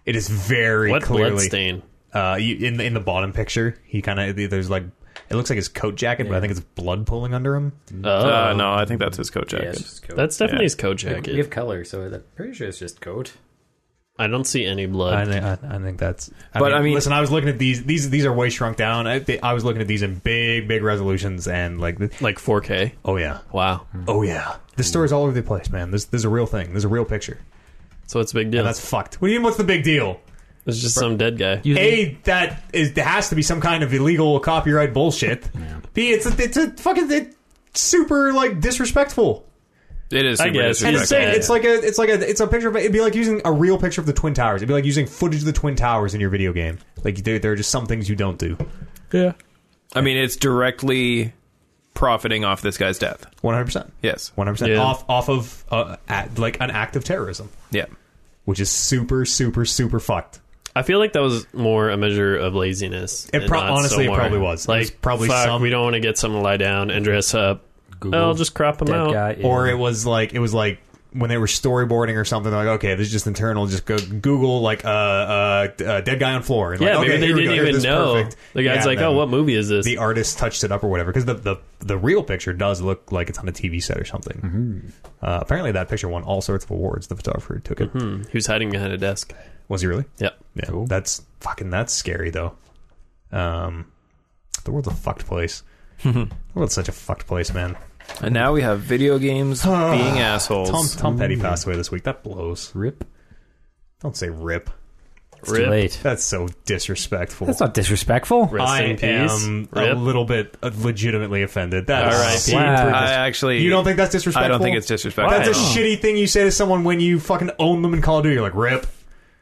A: It is very
C: what
A: clearly
C: blood stain?
A: Uh, you, in the in the bottom picture, he kind of there's like it looks like his coat jacket, but I think it's blood pulling under him.
C: Oh,
A: um,
D: uh, no, I think that's his coat jacket.
C: that's definitely his coat
E: We
C: jacket.
E: have color, so I'm pretty sure it's just coat.
C: I don't see any blood.
A: I think, I, I think that's. I
D: But,
A: mean,
D: I mean-
A: listen, I was looking at these. These these are way shrunk down. I, they, I was looking at these in big, big resolutions, and like, the-
C: like 4K.
A: oh yeah,
C: Wow.
A: oh yeah. This story's all over the place, man. This this is a real thing. This is a real picture.
C: So it's a big deal.
A: That's fucked. What do you mean? What's the big deal?
C: it's just some dead guy.
A: A that is there has to be some kind of illegal copyright bullshit. B it's a, it's a fucking it, super like disrespectful.
D: It is. Super
C: guess.
A: And
D: disrespectful.
A: it's saying
C: Yeah.
A: it's like a it's like a it's a picture of it'd be like using a real picture of the twin towers. It'd be like using footage of the twin towers in your video game. Like there, there are just some things you don't do.
C: yeah.
D: I mean, it's directly profiting off this guy's death.
A: One hundred percent.
D: Yes.
A: One hundred percent
C: Yeah.
A: off off of uh, act, like an act of terrorism,
D: Yeah.
A: which is super super super fucked.
C: I feel like that was more a measure of laziness.
A: It
C: and
A: pro-
C: not
A: honestly, it
C: more-
A: probably was. It
C: Like
A: was probably
C: fuck,
A: some-
C: we don't want to get someone to lie down and dress up.
B: Google
C: I'll just crop him
B: dead
C: out.
B: guy.
A: Or
B: is-
A: it was like it was like when they were storyboarding or something. They're like, okay, this is just internal. Just go Google like uh, uh, d- uh dead guy on floor. And
C: Yeah,
A: like, okay,
C: maybe
A: here
C: they
A: we go.
C: didn't
A: Here's
C: even
A: this
C: know.
A: perfect-
C: The
A: Yeah,
C: guy's
A: and
C: like,
A: then
C: "Oh, what movie is this?"
A: The artist touched it up or whatever because the, the the real picture does look like it's on a TV set or something.
C: Mm-hmm.
A: Uh, apparently, that picture won all sorts of awards. The photographer who took it.
C: Hmm, he was hiding behind a desk.
A: Was he really?
C: Yep.
A: Yeah,
B: Cool.
A: that's fucking that's scary though. Um, the world's a fucked place. the world's such a fucked place, man.
D: And now we have video games being
A: Tom
D: assholes.
A: Tom Petty passed away this week. That blows.
B: rip.
A: Don't say rip.
B: It's
C: Rip.
B: too late.
A: That's so disrespectful.
B: That's not disrespectful.
C: Rest
A: I
C: in peace.
A: am
C: Rip.
A: a little bit
D: uh,
A: legitimately offended. That's
C: R.I.P.
B: Wow.
D: I actually.
A: Uh, You don't think that's disrespectful?
D: I don't think it's disrespectful.
A: That's a
C: Why?
A: shitty thing you say to someone when you fucking own them in Call of Duty. You're like, rip.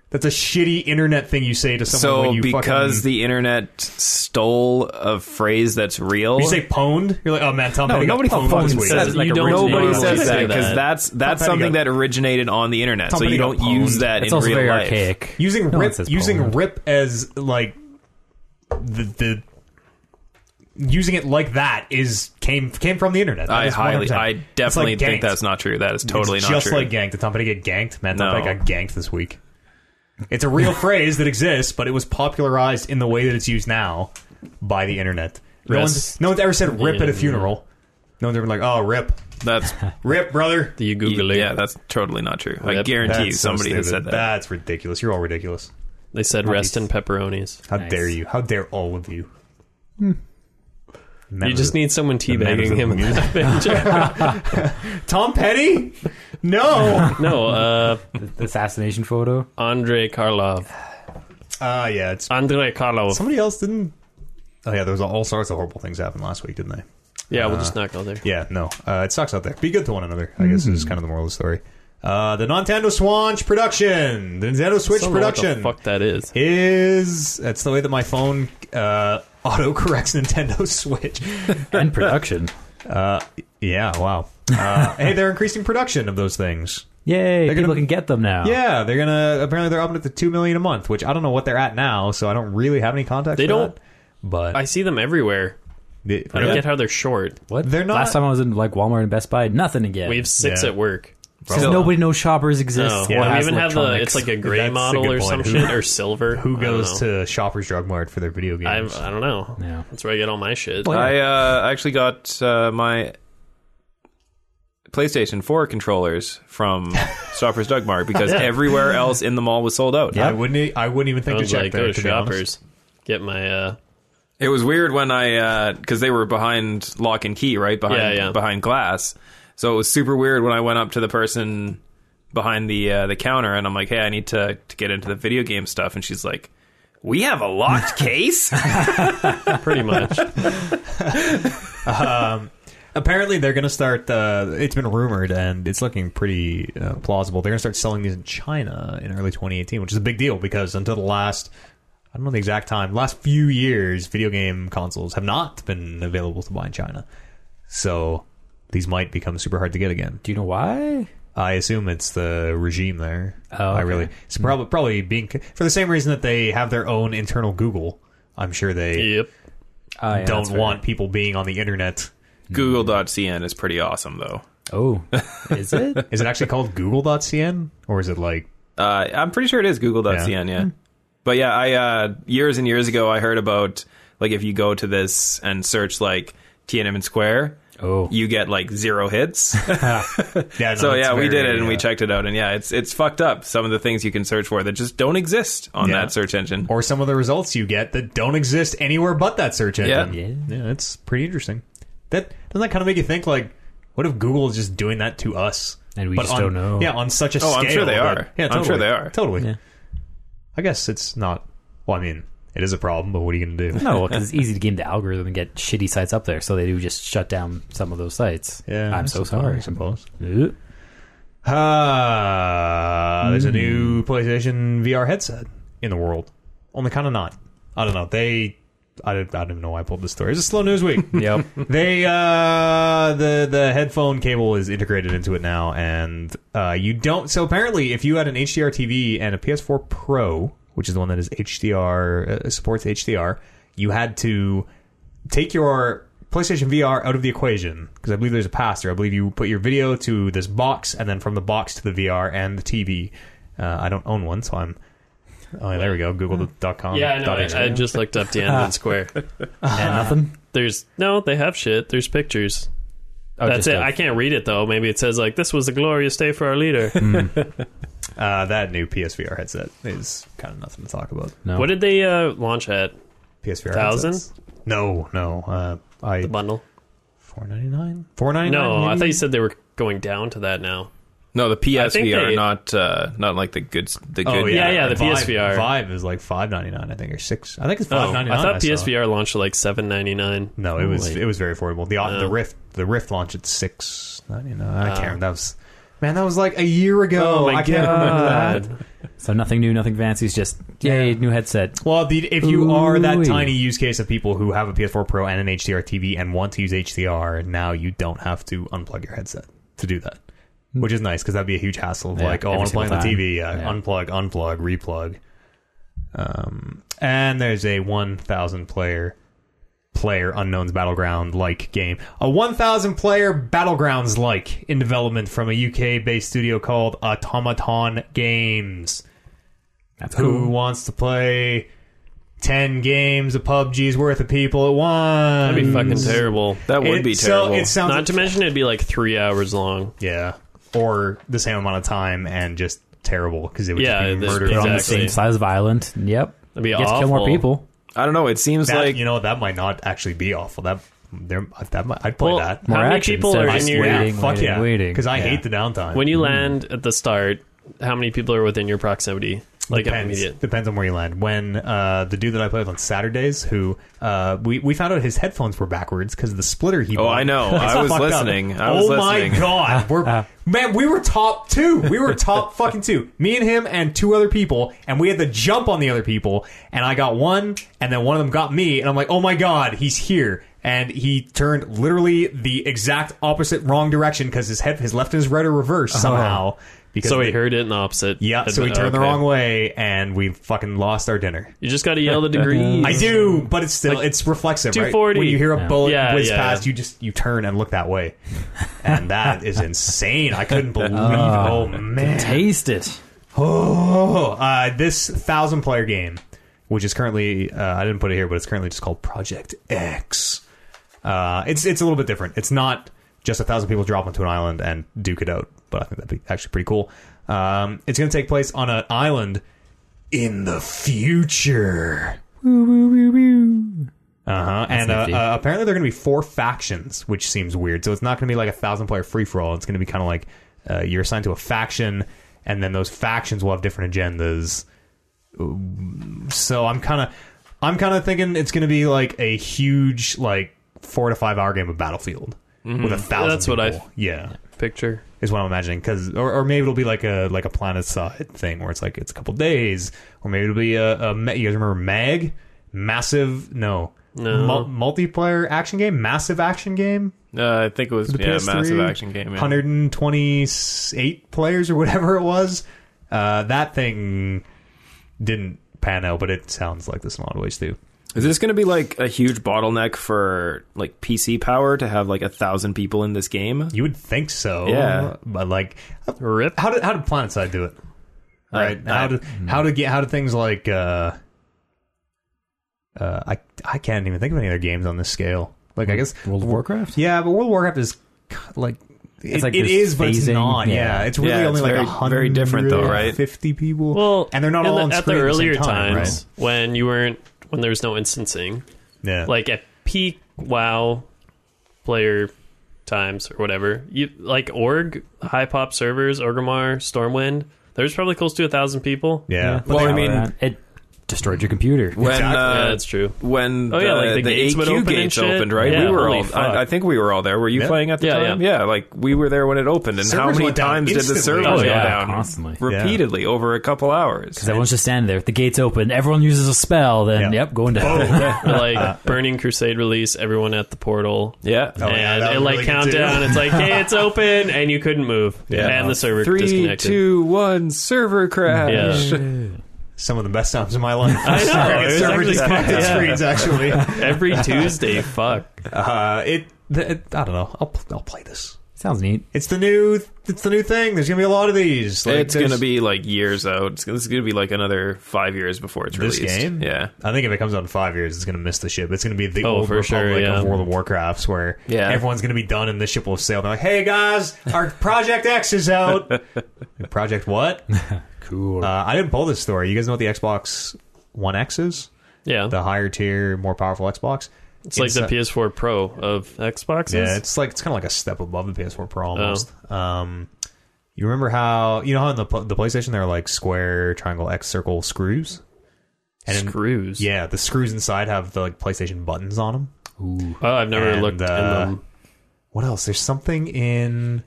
A: That's a shitty internet thing you say to someone when
D: so
A: you
D: because
A: fucking...
D: the internet stole a phrase that's real.
A: You say pwned? You're like, oh man, Tom
D: No,
A: Petty got
D: nobody
A: pwned
D: fucking
A: this week.
D: says
C: That's like you don't
D: Nobody
C: Nobody
D: says
C: says
D: that
C: that.
D: because that's that's
A: Petty
D: something
A: got-
D: that originated on the internet.
A: Tom
D: so you
A: Petty
D: don't
A: got
D: use
A: pwned.
D: that
B: It's
D: in
B: also
D: real
B: very
D: life.
B: archaic.
A: Using
B: No one
A: rip,
B: says
A: using
B: Poland.
A: rip as like the the using it like that is came came from the internet. That
D: I
A: is
D: highly,
A: 100%.
D: I
A: It's
D: definitely
A: like
D: think
A: ganked.
D: that's not true. That is totally
A: it's
D: not
A: just
D: true.
A: like ganked. Did Tom Petty get ganked? Man, Tom
D: No.
A: Petty got ganked this week. It's a real phrase that exists, but it was popularized in the way that it's used now by the internet. No one's,
C: Rest
A: no one's ever said rip at a
C: in-
A: funeral. No one's ever been like, oh, rip.
D: that's
A: Rip, brother.
C: You Google it.
D: yeah, that's totally not true. I
C: Yep.
D: guarantee you
A: That's so
D: somebody has
A: stupid.
D: said that.
A: That's ridiculous. You're all ridiculous.
C: They said rest in pepperonis.
A: How
B: Nice.
A: dare you? How dare all of you? Hmm. Man
C: You
A: of
C: just
A: the-
C: need someone
A: man is
C: teabagging
A: a
C: him in that picture.
A: Tom Petty? No.
C: no, uh,
B: The assassination photo.
C: Andre Karlov.
A: Ah, yeah. It's
C: Andre Karlov.
A: somebody else didn't. Oh yeah, there was all sorts of horrible things happened last week, didn't they?
C: Yeah, we'll just not go there.
A: Uh, Yeah, no. Uh, it sucks out there. Be good to one another, I guess is kind of the moral of the story. Uh, the Nintendo Switch production, the Nintendo Switch
C: Don't know what the
A: production
C: fuck that is.
A: is that's the way that my phone uh, auto corrects Nintendo Switch.
B: And production.
A: Uh, yeah, wow. Uh, hey, they're increasing production of those things.
B: Yay.
A: gonna-
B: People can get them now.
A: Yeah, they're gonna apparently they're upping it to two million a month, which I don't know what they're at now, so I don't really have any context.
C: They
A: for
C: don't-
A: that. but
C: I see them everywhere.
A: they-
C: I don't
A: really?
C: get how they're short.
B: What?
A: They're not-
B: Last time I was in like Walmart and Best Buy, nothing again.
C: We have six
A: Yeah.
C: at work.
B: Because nobody knows shoppers exist.
C: No,
A: Yeah.
C: Well, we
B: Has
C: even have the.
B: electronics.
C: It's like a gray
A: That's a
C: model
A: good
C: or
A: point.
C: some
A: Who-
C: shit or silver.
A: who
C: I don't
A: goes
C: know. uh,
A: to Shoppers Drug Mart for their video
C: I,
A: games.
C: I don't know.
B: Yeah.
C: That's where I get all my shit.
D: I uh, actually got uh, my PlayStation 4 controllers from Shoppers Drug Mart because everywhere else in the mall was sold out.
A: I wouldn't. e- I wouldn't even
C: I
A: think to
C: was
A: check
C: like,
A: there.
C: go to
A: to be honest.
C: shoppers, get my. uh
D: It was weird when I because they were behind lock and key, right behind
C: Yeah, yeah.
D: behind glass. So it was super weird when I went up to the person behind the uh, the counter and I'm like, "Hey, I need to to get into the video game stuff," and she's like. We have a locked case.
C: Pretty much.
A: Apparently, they're going to start. Uh, it's been rumored, and it's looking pretty uh, plausible. They're going to start selling these in China in early 2018, which is a big deal because until the last, I don't know the exact time, last few years, video game consoles have not been available to buy in China. So these might become super hard to get again.
B: Do you know why?
A: I assume it's the regime there.
B: Oh,
A: I
B: okay.
A: really. It's probably probably being for the same reason that they have their own internal Google. I'm sure they
C: Yep.
B: I
A: don't want people being on the internet.
D: Google.cn is pretty awesome, though.
B: Oh, is it?
A: Is it actually called Google.cn or is it like
D: Uh, I'm pretty sure it is Google.cn, yeah.
C: Hmm.
D: But yeah, I uh, years and years ago, I heard about like if you go to this and search like Tiananmen Square,
B: Oh,
D: you get like zero hits.
A: Yeah, no, Oh,
D: so
A: it's
D: yeah,
A: very,
D: we did it and we
A: uh,
D: checked it out, and yeah, it's it's fucked up. Some of the things you can search for that just don't exist on
A: Yeah.
D: that search engine.
A: Or some of the results you get that don't exist anywhere but that search engine.
B: Yeah.
A: yeah it's pretty interesting. That doesn't that kind of make you think like, what if Google is just doing that to us?
B: And we
A: but
B: just
A: on-
B: don't know.
A: Yeah, on such a
D: Oh,
A: scale.
D: I'm sure they
A: that-
D: are.
A: yeah,
D: I'm
A: totally.
D: sure they are.
A: Totally.
B: Yeah.
A: I guess it's not. Well, I mean, it is a problem, but what are you going to do?
B: no, because it's easy to game the algorithm and get shitty sites up there, so they do just shut down some of those sites.
A: Yeah,
B: I'm
A: that's
B: so
A: a bummer, I
B: sorry.
A: suppose.
B: Ooh.
A: Ah, there's a new PlayStation VR headset in the world. Only kind of not. I don't know. They. I don't, I don't even know why I pulled this story. It's a slow news week.
B: Yep.
A: they uh the the headphone cable is integrated into it now and uh you don't so apparently if you had an HDR TV and a PS4 Pro which is the one that is HDR uh, supports HDR you had to take your PlayStation VR out of the equation because I believe there's a pass through I believe you put your video to this box and then from the box to the VR and the TV uh, I don't own one so I'm Oh, yeah, there we go. Google.com.
C: Yeah, I know.
A: Dot
C: I, I
A: HDR.
C: just looked up Tiananmen Square.
B: and nothing.
C: There's no, they have shit. There's pictures.
B: Oh,
C: That's
B: just
C: it.
B: a-
C: I can't read it though. Maybe it says like this was a glorious day for our leader.
A: uh, that new PSVR headset is kind of nothing to talk about.
B: no.
C: what did they uh, launch at
A: PSVR
C: Thousand?
A: headsets. No, no. Uh, I
C: the bundle?
A: four ninety nine. Four ninety nine.
C: No, I thought you said they were going down to that now.
D: No, the
C: think
D: PSVR,
C: they-
D: not uh, not like the good the good.
A: Oh yeah,
C: Yeah, yeah, the
A: Vive,
C: PSVR.
A: Vive is like five ninety nine. I think or six. I think it's
C: Oh,
A: five ninety nine.
C: I thought PSVR launched at like seven ninety nine.
A: No, it was
B: Holy.
A: it was very affordable. The
C: Oh.
A: the Rift the Rift launched at six ninety nine. I can't remember. That was man, that was like a year ago.
C: Oh my
A: I can't remember that.
B: So nothing new, nothing fancy. It's just yay, new headset.
A: Well, the, if you are that
B: Ooh-wee.
A: tiny use case of people who have a PS4 Pro and an HDR TV and want to use HDR, now you don't have to unplug your headset to do that, which is nice because that'd be a huge hassle. Of
B: Hmm. Yeah,
A: like, oh, I
B: every
A: want to play on the
B: single time.
A: TV, uh,
B: Yeah.
A: unplug, unplug, replug. Um, and there's a 1,000 player player unknowns battleground like game a 1000 player battlegrounds like in development from a uk based studio called automaton games
B: That's
A: who
B: cool.
A: wants to play 10 games of PUBG's worth of people at once.
C: That'd be fucking
A: Mm.
C: terrible.
D: that would
A: It-
D: be
A: so
D: terrible.
A: it sounds
C: Not to mention it'd be like three hours long.
A: yeah, or the same amount of time and just terrible because it would
C: Yeah,
A: just be
C: this-
A: murder.
B: They're on the same
C: Exactly.
B: size of island. Yep.
C: That'd be
B: You get to kill more
C: awful.
B: people.
D: I don't know. It seems
A: That,
D: like
A: you know that might not actually be awful. That there that might, I'd play
C: Well,
A: that.
B: More
C: How many
B: action
C: people
B: instead
C: are
B: of
C: in
B: just
C: your-
A: yeah,
B: waiting,
A: fuck
B: waiting,
A: yeah,
B: waiting?
A: because I
B: Yeah.
A: hate the downtime.
C: When you land at the start, how many people are within your proximity? Like
A: depends
C: immediate.
A: depends on where you land. When uh, the dude that I play with on Saturdays, who uh, we we found out his headphones were backwards because of the splitter he.
D: Oh,
A: bought.
D: I know.
A: It's
D: I
A: all
D: was
A: fucked up.
D: listening. I was
A: oh my
D: listening.
A: god, we're man, we were top two. We were top fucking two. Me and him and two other people, and we had to jump on the other people. And I got one, and then one of them got me, and I'm like, oh my god, he's here. And he turned literally the exact opposite wrong direction because his head, his left and his right are reversed
D: Uh-huh.
A: somehow. Because
C: So he
A: the-
C: heard it in the opposite.
A: yeah, so we turned the
C: Okay.
A: wrong way and we fucking lost our dinner.
C: You just got to yell the degrees.
A: I do, but it's still it's reflexive. right?
C: 240.
A: When you hear a
B: Yeah.
A: bullet
C: Yeah,
A: whiz
C: yeah,
A: past,
C: yeah.
A: you just you turn and look that way, and that is insane. I couldn't
C: Uh,
A: believe. oh man,
B: Taste it.
A: Oh, uh, this thousand player game, which is currently uh, I didn't put it here, but it's currently just called Project X. Uh, it's it's a little bit different. It's not just a thousand people drop onto an island and duke it out, but I think that'd be actually pretty cool. Um, it's going to take place on an island in the future. Uh huh. Uh-huh. And uh,
B: nifty.
A: uh, apparently there are going to be four factions, which seems weird. So it's not going to be like a thousand player free for all. It's going to be kind of like uh, you're assigned to a faction, and then those factions will have different agendas. Um, So I'm kind of, I'm kind of thinking it's going to be like a huge like four to five hour game of Battlefield. with a thousand.
C: Mm-hmm. That's what I-
A: people. yeah
C: picture.
A: is what I'm imagining. Because or, or maybe it'll be like a like a planet side thing where it's like it's a couple days, or maybe it'll be a, a ma- you guys remember Mag, massive no.
C: No.
A: Mul- multiplayer action game, massive action game.
D: Uh, I think it was
A: The
D: yeah,
A: PS3,
D: massive action game. yeah.
A: 128 players or whatever it was. Uh, that thing didn't pan out, but it sounds like this in a lot of ways too.
D: Is this going to be like a huge bottleneck for like PC power to have like a thousand people in this game?
A: You would think so,
D: Yeah.
A: But like,
C: Rip.
A: how did how did PlanetSide do it? Right?
D: I-
A: how did how did get how did things like uh, uh, I I can't even think of any other games on this scale. Like I guess
B: World of Warcraft?
A: yeah, but World of Warcraft is k- like. It,
B: like
A: it
B: this
A: is, but it's
B: phasing,
A: not. Yeah,
B: yeah.
A: it's really
D: Yeah, it's
A: only like
D: very-
A: a hundred,
D: very different though, right?
A: Fifty people.
C: Well,
A: and they're not
C: in
A: all
C: the,
A: on
C: at the
A: screen at the same
C: earlier
A: time,
C: times when you weren't when there was no instancing.
A: yeah,
C: Like at peak WoW player times or whatever, you like org high pop servers, Orgrimmar, Stormwind. There's probably close to a thousand people.
A: yeah. But
D: Well,
A: they-
D: I mean-
B: it destroyed your computer.
D: When
A: Exactly.
C: yeah,
D: uh,
C: that's true.
D: when
C: Oh,
D: the,
C: yeah, like the
D: the
C: gates would
D: AQ
C: open and
D: gates
C: shit.
D: opened, right?
C: Yeah.
D: we were
C: Holy
D: all.
C: fuck.
D: I, I think we were all there. Were you
A: Yeah.
D: playing at the
C: Yeah,
D: time? Yeah. like we were there when it opened. And how
A: Servers
D: many
A: went down
D: times did the
A: instantly.
D: servers
C: Oh,
D: go
C: yeah,
D: down
B: constantly.
D: repeatedly over a couple hours?
B: Because everyone's just standing there. If the gates open, everyone uses a spell, then
A: Yeah. Oh.
B: yep, going to
C: like Burning Crusade release, everyone at the portal.
D: Yeah,
A: Oh, yeah,
C: and
A: that
C: it
A: would
C: like
A: really get to you.
C: countdown. It's like, hey, it's open, and you couldn't move,
A: Yeah.
C: and the server
D: three,
C: disconnected.
D: two, one, server crash.
C: Yeah.
A: some of the best times of my life.
C: I know, it was
A: Server
C: actually-
A: disconnected
C: yeah.
A: screens, actually.
C: Every Tuesday, fuck.
A: Uh, it, th- it- I don't know. I'll, pl- I'll play this.
B: Sounds neat.
A: It's the new. It's the new thing. There's gonna be a lot of these. Like,
D: It's
A: there's-
D: gonna be like years out. It's, this is gonna be like another five years before it's
A: This
D: released.
A: game?
D: yeah,
A: I think if it comes out in five years, it's gonna miss the ship. It's gonna be the
C: Oh,
A: old
C: for
A: Republic
C: sure, yeah.
A: of World of Warcrafts, where
D: Yeah.
A: everyone's gonna be done and the ship will sail. They're like, "Hey guys, our Project X is out." Project what?
B: Cool.
A: Uh, I didn't pull this story. You guys know what the Xbox One X is?
C: Yeah,
A: The higher tier, more powerful Xbox.
C: it's like the
A: Inside-
C: PS4 Pro of Xboxes.
A: Yeah, it's like it's kind of like a step above the PS4 Pro almost. Um, you remember how you know how in the pl- the PlayStation there are like square, triangle, X, circle screws, and in-
C: screws.
A: yeah, the screws inside have the like PlayStation buttons on them.
C: Oh, I've never
A: And,
C: looked in
A: uh,
C: them.
A: What else? There's something in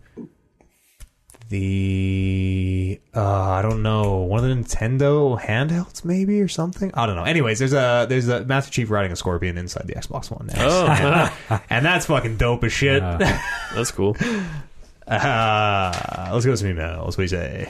A: the uh, I don't know one of the Nintendo handhelds maybe or something. I don't know. Anyways, there's a there's a Master Chief riding a scorpion inside the Xbox One, X.
C: Oh,
A: and that's fucking dope as shit.
C: that's cool.
A: Uh, let's go to some emails. We say.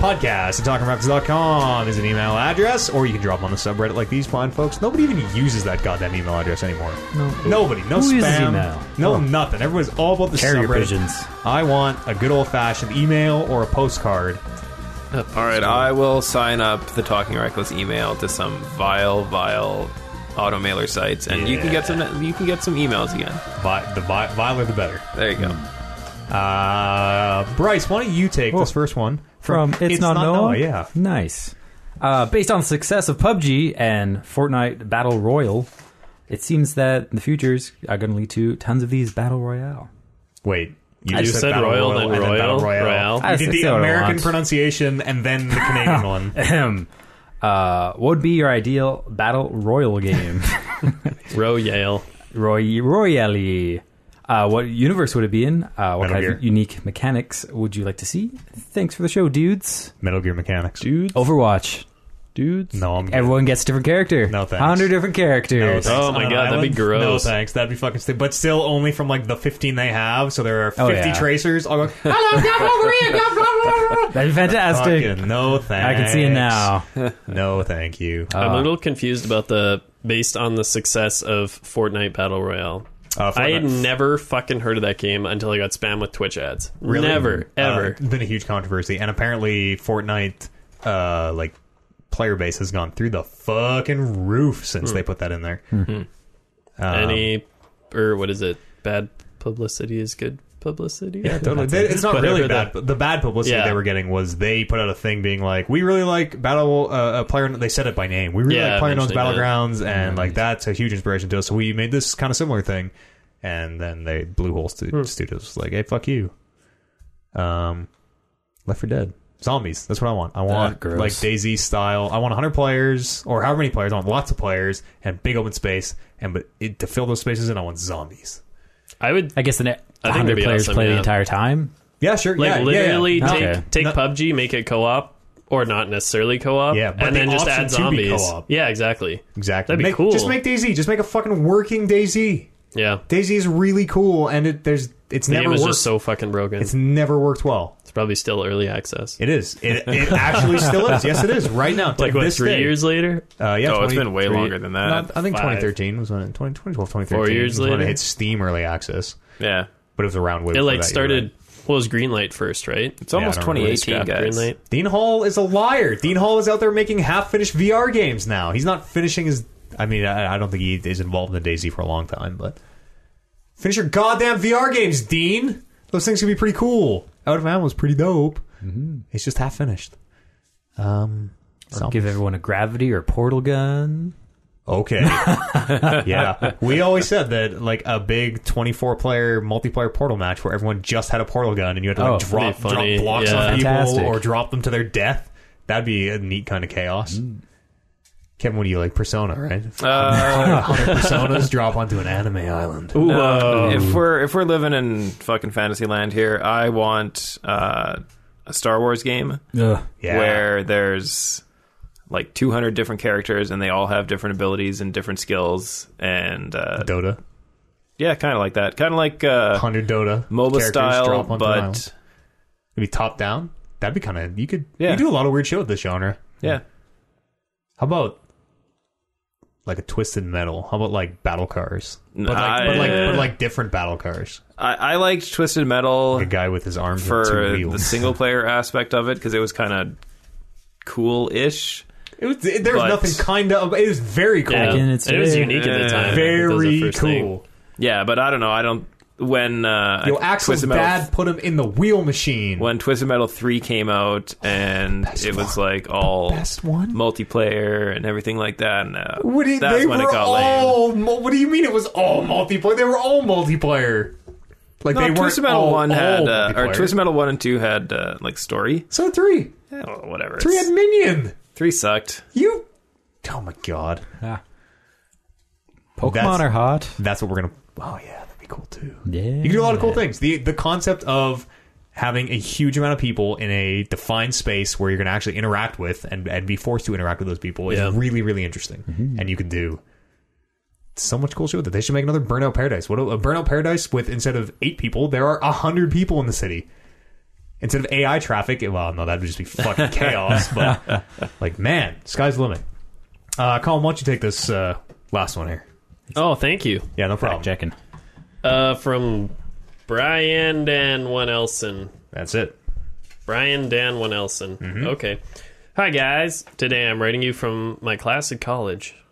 A: Podcast at talkingraps.com is an email address, or you can drop on the subreddit like these fine folks. Nobody even uses that goddamn email address anymore. No. Nobody. No
B: Who
A: spam.
B: uses email?
A: No nothing. Everyone's all about the
B: Carrier
A: subreddit.
B: pigeons.
A: I want a good old fashioned email or a postcard.
D: All right, I will sign up the Talking Reckless email to some vile, vile auto mailer sites, and you can get some. You can get some emails again.
A: Vi- the vi- viler the better.
D: There you go.
A: Hmm. Uh, Bryce, why don't you take this first one
B: Oh. from It's, Not, Noah.
A: Yeah.
B: Nice. Uh, based on the success of PUBG and Fortnite Battle Royal, it seems that the futures are going to lead to tons of these Battle Royale.
A: Wait. You
C: I said
A: Battle
C: Royal, then
A: and
C: Royal,
A: Battle Royale.
C: Royale.
A: You
B: I
A: did
B: said
A: the
B: so at
A: American
B: once.
A: pronunciation and then the Canadian one.
B: Ahem. Uh, what would be your ideal Battle Royal game?
C: Row Yale.
B: Roy- Royale. Uh, what universe would it be in? Uh, what
A: Metal
B: kind
A: Gear.
B: of unique mechanics would you like to see? Thanks for the show, dudes.
A: Metal Gear Mechanics.
C: Dudes.
B: Overwatch.
C: Dudes.
A: No, I'm good.
B: Everyone gets a different character.
A: No, thanks.
B: Hundred different characters.
A: No, thanks.
C: Oh my
A: On an
C: God, that'd be
A: island?
C: gross.
A: No thanks, that'd be fucking stupid. But still, only from like the fifteen they have, so there are
B: Oh,
A: fifty
B: yeah.
A: tracers. I'll go. Hello, come over here, come, blah, blah, blah,
B: That'd be
A: blah."
B: fantastic.
A: Fucking no thanks.
B: I can see it now.
A: No, thank you.
C: I'm a little confused about the based on the success of Fortnite Battle Royale.
A: Uh,
C: I had
A: Fortnite.
C: never fucking heard of that game until I got spammed with Twitch ads.
A: Really?
C: Never,
A: Uh,
C: ever.
A: it's been a huge controversy, and apparently Fortnite, uh, like player base has gone through the fucking roof since they put that in there.
C: Hmm.
A: Uh,
C: Any or what is it? Bad publicity is good publicity.
A: Yeah, totally. They- it's not
C: Whatever
A: really
C: the-
A: bad. but The bad publicity
C: Yeah.
A: they were getting was they put out a thing being like, "We really like Battle uh, uh, Player." They said it by name. We really
C: Yeah,
A: like Player Known's
C: eventually, yeah.
A: Battlegrounds, and like that's a huge inspiration to us. So we made this kind of similar thing, and then they Blue Hole stu-
C: Hmm.
A: Studios was like, "Hey, fuck you." Um, Left for Dead. Zombies. That's what I want. I want
B: gross.
A: like Daisy style. I want 100 players or however many players. I want lots of players and big open space and but it, to fill those spaces in, I want zombies.
C: I would
B: I guess the net
C: I think
B: 100
C: it'd be
B: players
C: awesome,
B: play the
C: yeah.
B: entire time.
A: Yeah, sure.
C: like
A: yeah, yeah, yeah.
C: literally
B: yeah.
C: take
B: Okay.
C: take
A: No-
C: PUBG, make it co-op or not necessarily co-op,
A: Yeah, but
C: and then
A: the
C: just
A: option
C: add
A: to be
C: zombies.
A: co-op.
C: Yeah, exactly.
A: Exactly.
C: That'd be
A: Make-
C: cool.
A: Just make Daisy. Just make a fucking working Daisy.
C: Yeah,
A: Daisy is really cool, and it there's it's
C: the
A: never
C: game is
A: worked.
C: just so fucking broken.
A: it's
C: It's,
A: never worked well.
C: probably still early access.
A: It is. It, it actually still is. Yes, it is. Right now, to
C: like what
A: this
C: three
A: day.
C: years later?
A: Uh, yeah,
D: Oh, it's
A: 20
D: been way
A: three-
D: longer than that.
A: Not- I think
C: Five.
A: 2013 was when it, 20, 2012, 2013.
C: Four years
A: was when
C: later?
A: it hit Steam early access,
D: Yeah,
A: but it was around way
C: It
A: before
C: like
A: that, you're
C: started.
A: right.
C: Well, it was Greenlight first, right?
D: it's almost
A: I don't remember.
D: 2018, guys.
C: Greenlight.
A: Dean Hall is a liar. Dean Hall is out there making half-finished VR games now. He's not finishing his. I mean, I, I don't think he is involved in the Daisy for a long time, but finish your goddamn VR games, Dean. Those things can be pretty cool. Out of Man was pretty dope. It's just half finished. Um, so-
B: Give everyone a gravity or portal gun.
A: Okay. yeah. We always said that like a big 24 player multiplayer portal match where everyone just had a portal gun and you had to like
B: Oh,
A: drop,
C: that'd be funny.
A: drop blocks
C: Yeah.
A: on people
B: Fantastic.
A: or drop them to their death. That'd be a neat kind of chaos.
D: Mm.
A: Kevin, what do you like? Persona, right?
D: Uh,
A: 100 personas drop onto an anime island.
D: no, if we're if we're living in fucking fantasy land here, I want uh, a Star Wars game
B: Ugh.
A: Yeah.
D: where there's like 200 different characters and they all have different abilities and different skills and uh,
A: Dota.
D: yeah, kind of like that, kind of like uh,
A: 100 Dota.
D: MOBA
A: characters
D: style,
A: drop onto an island.
D: but
A: Maybe top down. That'd be kind of. You could
D: Yeah.
A: you do a lot of weird shit with this genre.
D: yeah,
A: How about like a twisted metal? How about like battle cars? But like, but like,
D: I- uh,
A: but like different battle cars.
D: I, I liked Twisted Metal.
A: A guy with his arms on two
D: for the
A: wheels.
D: single player aspect of it because it was kind of cool ish.
A: It was, it, there was
D: but-
A: nothing kind of. It was very cool.
C: Yeah,
B: Back in its
C: it was
B: day.
C: unique at the time. I think that was the
A: Very
C: first thing.
A: cool.
D: Yeah, but I don't know. I don't when uh,
A: Yo,
D: I-
A: Axel's
D: Twisted Metal,
A: dad put him in the wheel machine.
D: when Twisted Metal three came out and it was like all
A: best one?
D: multiplayer and everything like that. And, uh,
A: What do you,
D: that's
A: they
D: when
A: were
D: it got lame.
A: all. Mu- what do you mean it was all multiplayer? They were all multiplayer. Like
D: No,
A: they weren't
D: Twisted Metal
A: all,
D: one had
A: all
D: uh, or
A: multiplayer.
D: Twisted Metal one and two had uh, like story.
A: So did three,
D: Yeah, well, whatever.
A: three
D: It's-
A: had minion.
D: three sucked.
A: You. Oh my god.
B: Ah.
A: Pokemon
B: Pokemon are hot.
A: That's what we're gonna. Oh yeah, that'd be cool too.
B: Yeah.
A: You can do a lot of cool things. The the concept of having a huge amount of people in a defined space where you're gonna actually interact with and, and be forced to interact with those people
C: Yeah.
A: is really really interesting. And you can do so much cool shit with it. They should make another Burnout Paradise. What a, a Burnout Paradise with instead of eight people, there are a hundred people in the city. Instead of AI traffic, well, no, that would just be fucking chaos. But like, man, sky's the limit. Uh, Colin, why don't you take this uh, last one here?
C: Oh, thank you.
A: Yeah, no problem.
B: Fact checking.
C: Uh, from Brian Dan One Elson.
A: That's it.
C: Brian Dan One Elson.
A: Mm-hmm.
C: Okay. Hi guys. Today I'm writing you from my class at college.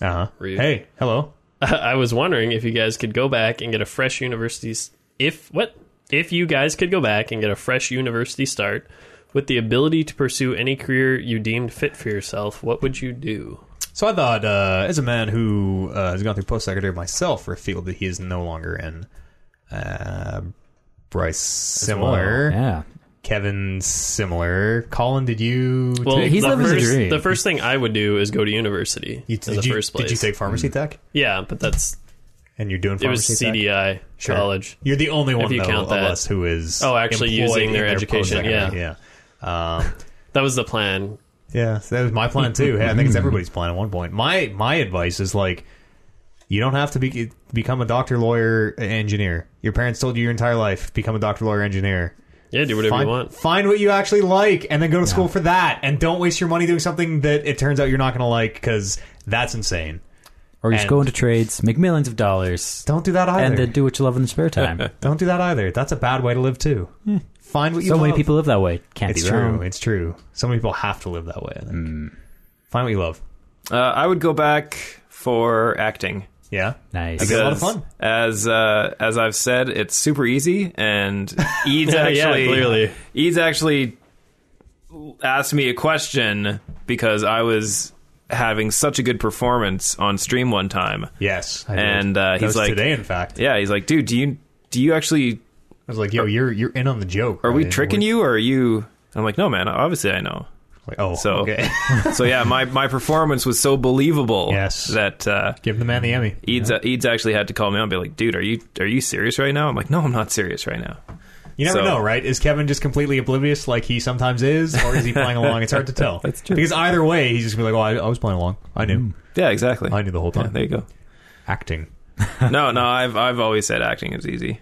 A: Uh huh.
C: Rude.
A: Hey, hello.
C: I was wondering if you guys could go back and get a fresh university. s- If what? If you guys could go back and get a fresh university start with the ability to pursue any career you deemed fit for yourself, what would you do?
A: So I thought, uh, as a man who uh, has gone through post secretary myself for a field that he is no longer in, uh, Bryce similar,
B: Yeah.
A: Kevin similar, Colin, did you?
C: Well,
B: He's
C: the
B: living his
C: first,
B: dream.
C: The first thing I would do is go to university
A: you
C: in
A: did,
C: the
A: you,
C: first place.
A: did you take pharmacy tech?
C: yeah, but that's
A: And you're doing
C: it was
A: pharmacy tech?
C: CDI
A: Sure.
C: college.
A: You're the only one
C: you
A: though,
C: count
A: of
C: that.
A: us who is
C: Oh, actually
A: employed
C: using
A: in
C: their education,
A: post-secondary. yeah. Um,
C: That was the plan.
A: Yeah, so that was my plan too. Hey, I think it's everybody's plan at one point. My my advice is like, you don't have to be, become a doctor, lawyer, engineer. Your parents told you your entire life become a doctor, lawyer, engineer.
C: Yeah, do whatever
A: Find,
C: you want.
A: find what you actually like, and then go to school for that. And don't waste your money doing something that it turns out you're not going to like because that's insane.
B: Or you just
A: And-
B: go into trades, make millions of dollars,
A: Don't do that either.
B: and then do what you love in your spare time.
A: don't do that either. That's a bad way to live too. Find what you
B: Hmm. so
A: love.
B: many people live that way. Can't
A: It's
B: be
A: true.
B: wrong.
A: It's true. So many people have to live that way. I think.
C: Mm.
A: Find what you love.
D: Uh, I would go back for acting.
A: Yeah.
B: Nice.
A: That'd be a lot of
D: Because
A: fun.
D: As uh, as I've said, it's super easy, and Eads
C: Yeah,
D: actually
C: yeah, clearly.
D: Eads actually asked me a question because I was having such a good performance on stream one time.
A: Yes, I did.
D: And, uh,
A: That
D: he's
A: was
D: like-
A: today, in fact,
D: Yeah, he's like, dude, do you do you actually
A: I was like, "Yo, you're you're in on the joke.
D: are we tricking you or are you? I'm like, no, man. Obviously, I know.
A: Like, oh,
D: So-
A: okay.
D: so yeah, my, my performance was so believable
A: Yes.
D: that uh,
A: Give the man the Emmy.
D: Eads Eads actually had to call me out and be like, dude, are you are you serious right now? I'm like, no, I'm not serious right now.
A: You never
D: So-
A: know, right? Is Kevin just completely oblivious, like he sometimes is, or is he playing along? It's hard to tell. That's
D: true.
A: Because either way, he's just be like, "Oh, I, I was playing along. I knew.
D: Yeah, exactly.
A: I knew the whole
D: Yeah,
A: time."
D: there you go.
A: Acting.
D: No, no, I've I've always said acting is easy.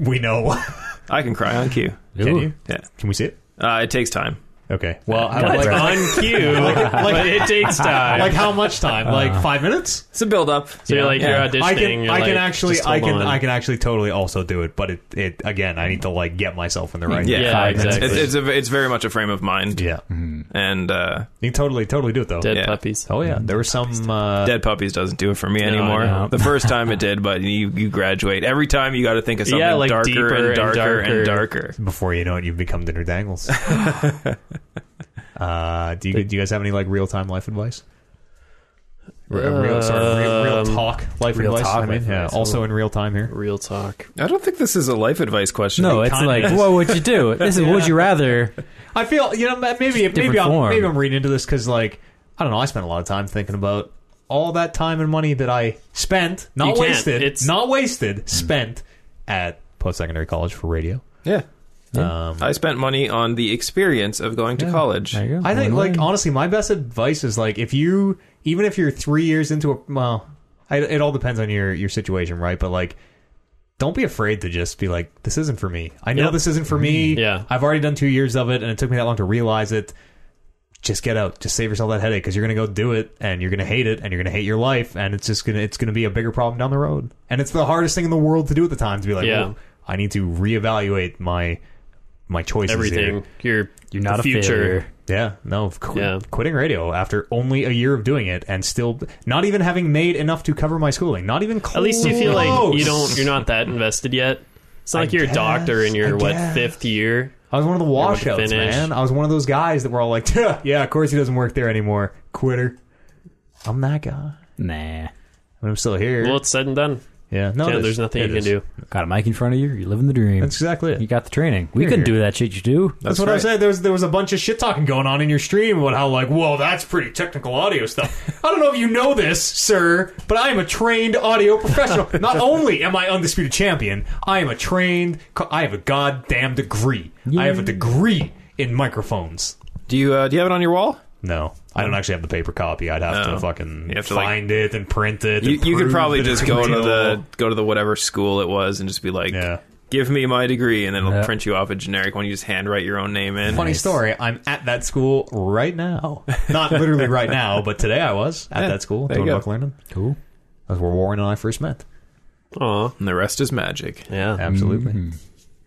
A: We know.
D: I can cry on cue.
A: Can
B: Ooh.
A: you?
D: Yeah,
A: Can we see it?
D: uh, it takes time.
A: Okay. Well, I would
C: That's
A: like,
C: on cue. but it takes time.
A: like how much time? Like five minutes?
D: It's a build up.
C: so you're like
D: Yeah.
C: you're auditioning.
A: Uh, I can.
C: you're
A: I can
C: like,
A: actually.
C: just
A: I
C: hold
A: can.
C: on.
A: I can actually totally also do it. But it. It again. I need to like get myself in the right.
D: Mm, Yeah,
C: Yeah,
B: Five minutes.
C: exactly.
D: It's it's, a, it's very much a frame of mind.
A: Yeah.
D: And uh,
A: You can totally totally do it though.
C: Dead
D: yeah.
C: puppies.
A: Oh yeah. There was some. Uh,
D: Dead Puppies doesn't do it for me anymore.
B: no.
D: The first time it did, but you you graduate every time. You got to think of something
C: Yeah, like
D: darker,
C: deeper
D: and
C: and
D: darker and
C: darker.
D: darker.
A: before you know it, you've become dinner dangles. uh, do you do you guys have any like real time life advice? Re- real, sorry, real, real
C: Um,
A: talk life
B: real
A: advice.
B: talk
A: I mean,
B: life
A: yeah,
B: advice.
A: also in real time here.
C: Real talk.
D: I don't think this is a life advice question.
B: No, it's
A: kind
B: like,
A: of is.
B: what would you do? This is would you rather?
A: I feel you know ma- maybe maybe
B: different
A: I'm,
B: form.
A: maybe I'm reading into this because like I don't know. I spent a lot of time thinking about all that time and money that I spent, not
C: You can't.
A: wasted,
C: It's-
A: not wasted, spent at post secondary college for radio.
D: yeah.
A: Um,
D: I spent money on the experience of going to college.
B: There you go.
A: I think,
B: Win-win.
A: like, honestly, my best advice is like, if you, even if you're three years into a, well, I, it all depends on your your situation, right? But like, don't be afraid to just be like, this isn't for me. I know
C: Yep. Mm-hmm.
A: this isn't for me.
C: Yeah.
A: I've already done two years of it, and it took me that long to realize it. Just get out. Just save yourself that headache because you're gonna go do it, and you're gonna hate it, and you're gonna hate your life, and it's just gonna it's gonna be a bigger problem down the road. And it's the hardest thing in the world to do at the time to be like,
C: Yeah.
A: well, I need to reevaluate my my choices. here.
C: Everything. You're
B: You're not
C: the
B: a failure.
C: future.
A: Yeah, no, qu-
C: Yeah.
A: quitting radio after only a year of doing it and still not even having made enough to cover my schooling. Not even close.
C: At least you feel like you don't. You're not that invested yet. It's not
A: I
C: like you're
A: guess,
C: a doctor in
A: I
C: your what
A: guess.
C: fifth year.
A: I was one of the
C: about to
A: washouts,
C: finish.
A: man. I was one of those guys that were all like, "Yeah, yeah, of course he doesn't work there anymore. Quitter. I'm that guy.
B: Nah.
A: But I'm still here.
C: Well, it's said and done.
A: yeah, no,
C: yeah,
A: it is.
C: there's nothing
A: It
C: you can
A: is.
C: do.
B: Got a mic in front of you. You're living the dream.
A: That's exactly it.
B: you got the training. We couldn't do that shit you do.
A: That's, what I
D: right.
A: said. There was there was a bunch of shit talking going on in your stream about how like, whoa, that's pretty technical audio stuff. I don't know if you know this, sir, but I am a trained audio professional. Not only am I undisputed champion, I am a trained. co- I have a goddamn degree. I have a degree in microphones.
D: Do you uh, do you have it on your wall?
A: No, I don't actually have the paper copy. I'd have
D: No.
A: to fucking
D: You have to, like-
A: find it and print it.
D: You,
A: and
D: you could
A: prove
D: probably
A: that
D: just
A: it's
D: go to the
A: real.
D: go to the whatever school it was and just be like,
A: Yeah.
D: "Give me my degree," and then it'll
B: Yeah.
D: print you off a generic one. You just handwrite your own name in.
A: Funny story. I'm at that school right now. Not literally right now, but today I was at
D: Yeah,
A: that school
D: there you
A: doing
D: go.
A: Buck Learning.
B: Cool.
A: That's where Warren and I first met.
C: Aw,
D: And the rest is magic.
C: yeah.
A: Absolutely.
C: Mm-hmm.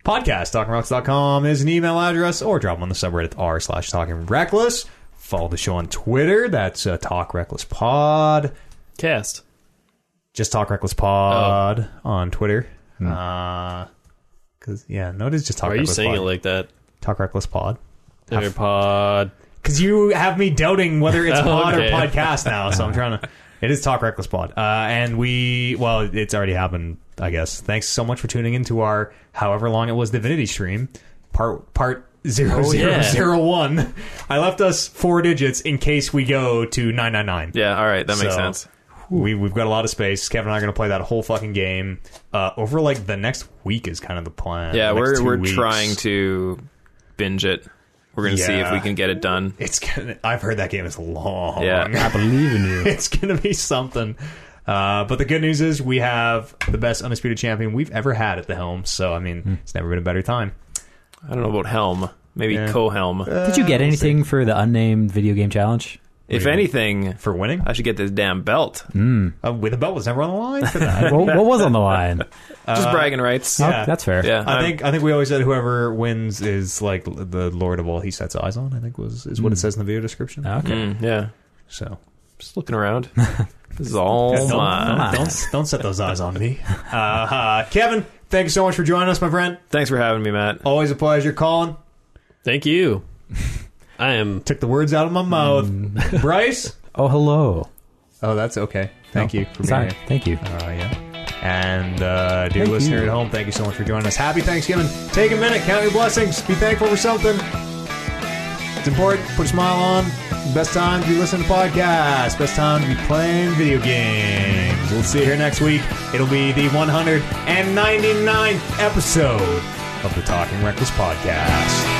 A: Podcast, talkingrocks.com is an email address, or drop 'em on the subreddit r slash talking reckless. Follow the show on Twitter. That's uh, Talk Reckless Pod.
C: Cast.
A: Just Talk Reckless Pod
C: Oh.
A: on Twitter. Uh 'cause yeah, no, it is just Talk
C: Hmm. Why are you
A: Reckless
C: saying
A: Pod.
C: it like that?
A: Talk Reckless Pod.
D: Uh,
C: AirPod.
A: Because you have me doubting whether it's pod
C: Okay.
A: or podcast now, so I'm trying to. It is Talk Reckless Pod. Uh, and we, well, it's already happened, I guess. Thanks so much for tuning into our however long it was Divinity stream, part part
D: Oh,
A: zero zero
C: yeah.
A: zero one. I left us four digits in case we go to 999.
D: Yeah, all right, that makes
A: So-
D: sense.
A: We, we've got a lot of space. Kevin and I are going to play that whole fucking game uh, over like the next week, is kind of the plan.
D: Yeah,
A: The next
D: we're
A: two
D: we're
A: weeks.
D: trying to binge it. We're gonna see if
A: Yeah.
D: we can get it done.
A: It's gonna, I've heard that game is long.
D: Yeah.
B: I believe in you.
A: it's going to be something. Uh, but the good news is we have the best undisputed champion we've ever had at the helm. So I mean, it's never been a better time.
D: I don't know about helm. Maybe
A: Yeah.
D: co-helm.
B: Did you get anything for the unnamed video game challenge?
D: if anything,
A: For winning,
D: I should get this damn belt.
A: uh, with a belt was never on the line for that.
B: what, what was on the line?
D: Just bragging rights.
A: Uh, Yeah.
B: Oh, that's fair.
D: Yeah,
A: I
D: I'm-
A: think I think we always said whoever wins is like l- the lord of all he sets eyes on. I think was is what it says in the video description.
B: Okay.
D: mm, yeah.
A: So
D: Just looking around. this is all
A: don't, don't,
D: mine.
A: don't don't set those eyes on me. Uh, uh, Kevin, thank you so much for joining us, my friend.
D: Thanks for having me, Matt.
A: Always a pleasure. Colin
C: Thank you. I am.
A: took the words out of my mouth. Bryce,
B: Oh, hello.
A: oh that's okay. Thank you for being
B: Sorry.
A: here.
B: Thank you.
A: Uh, yeah. And uh, dear
B: Thank
A: listener
B: you.
A: at home, thank you so much for joining us. Happy Thanksgiving. Take a minute, count your blessings, be thankful for something. important. Put a smile on. Best time to be listening to podcasts. Best time to be playing video games. We'll see you here next week. It'll be the 199th episode of the Talking Reckless Podcast.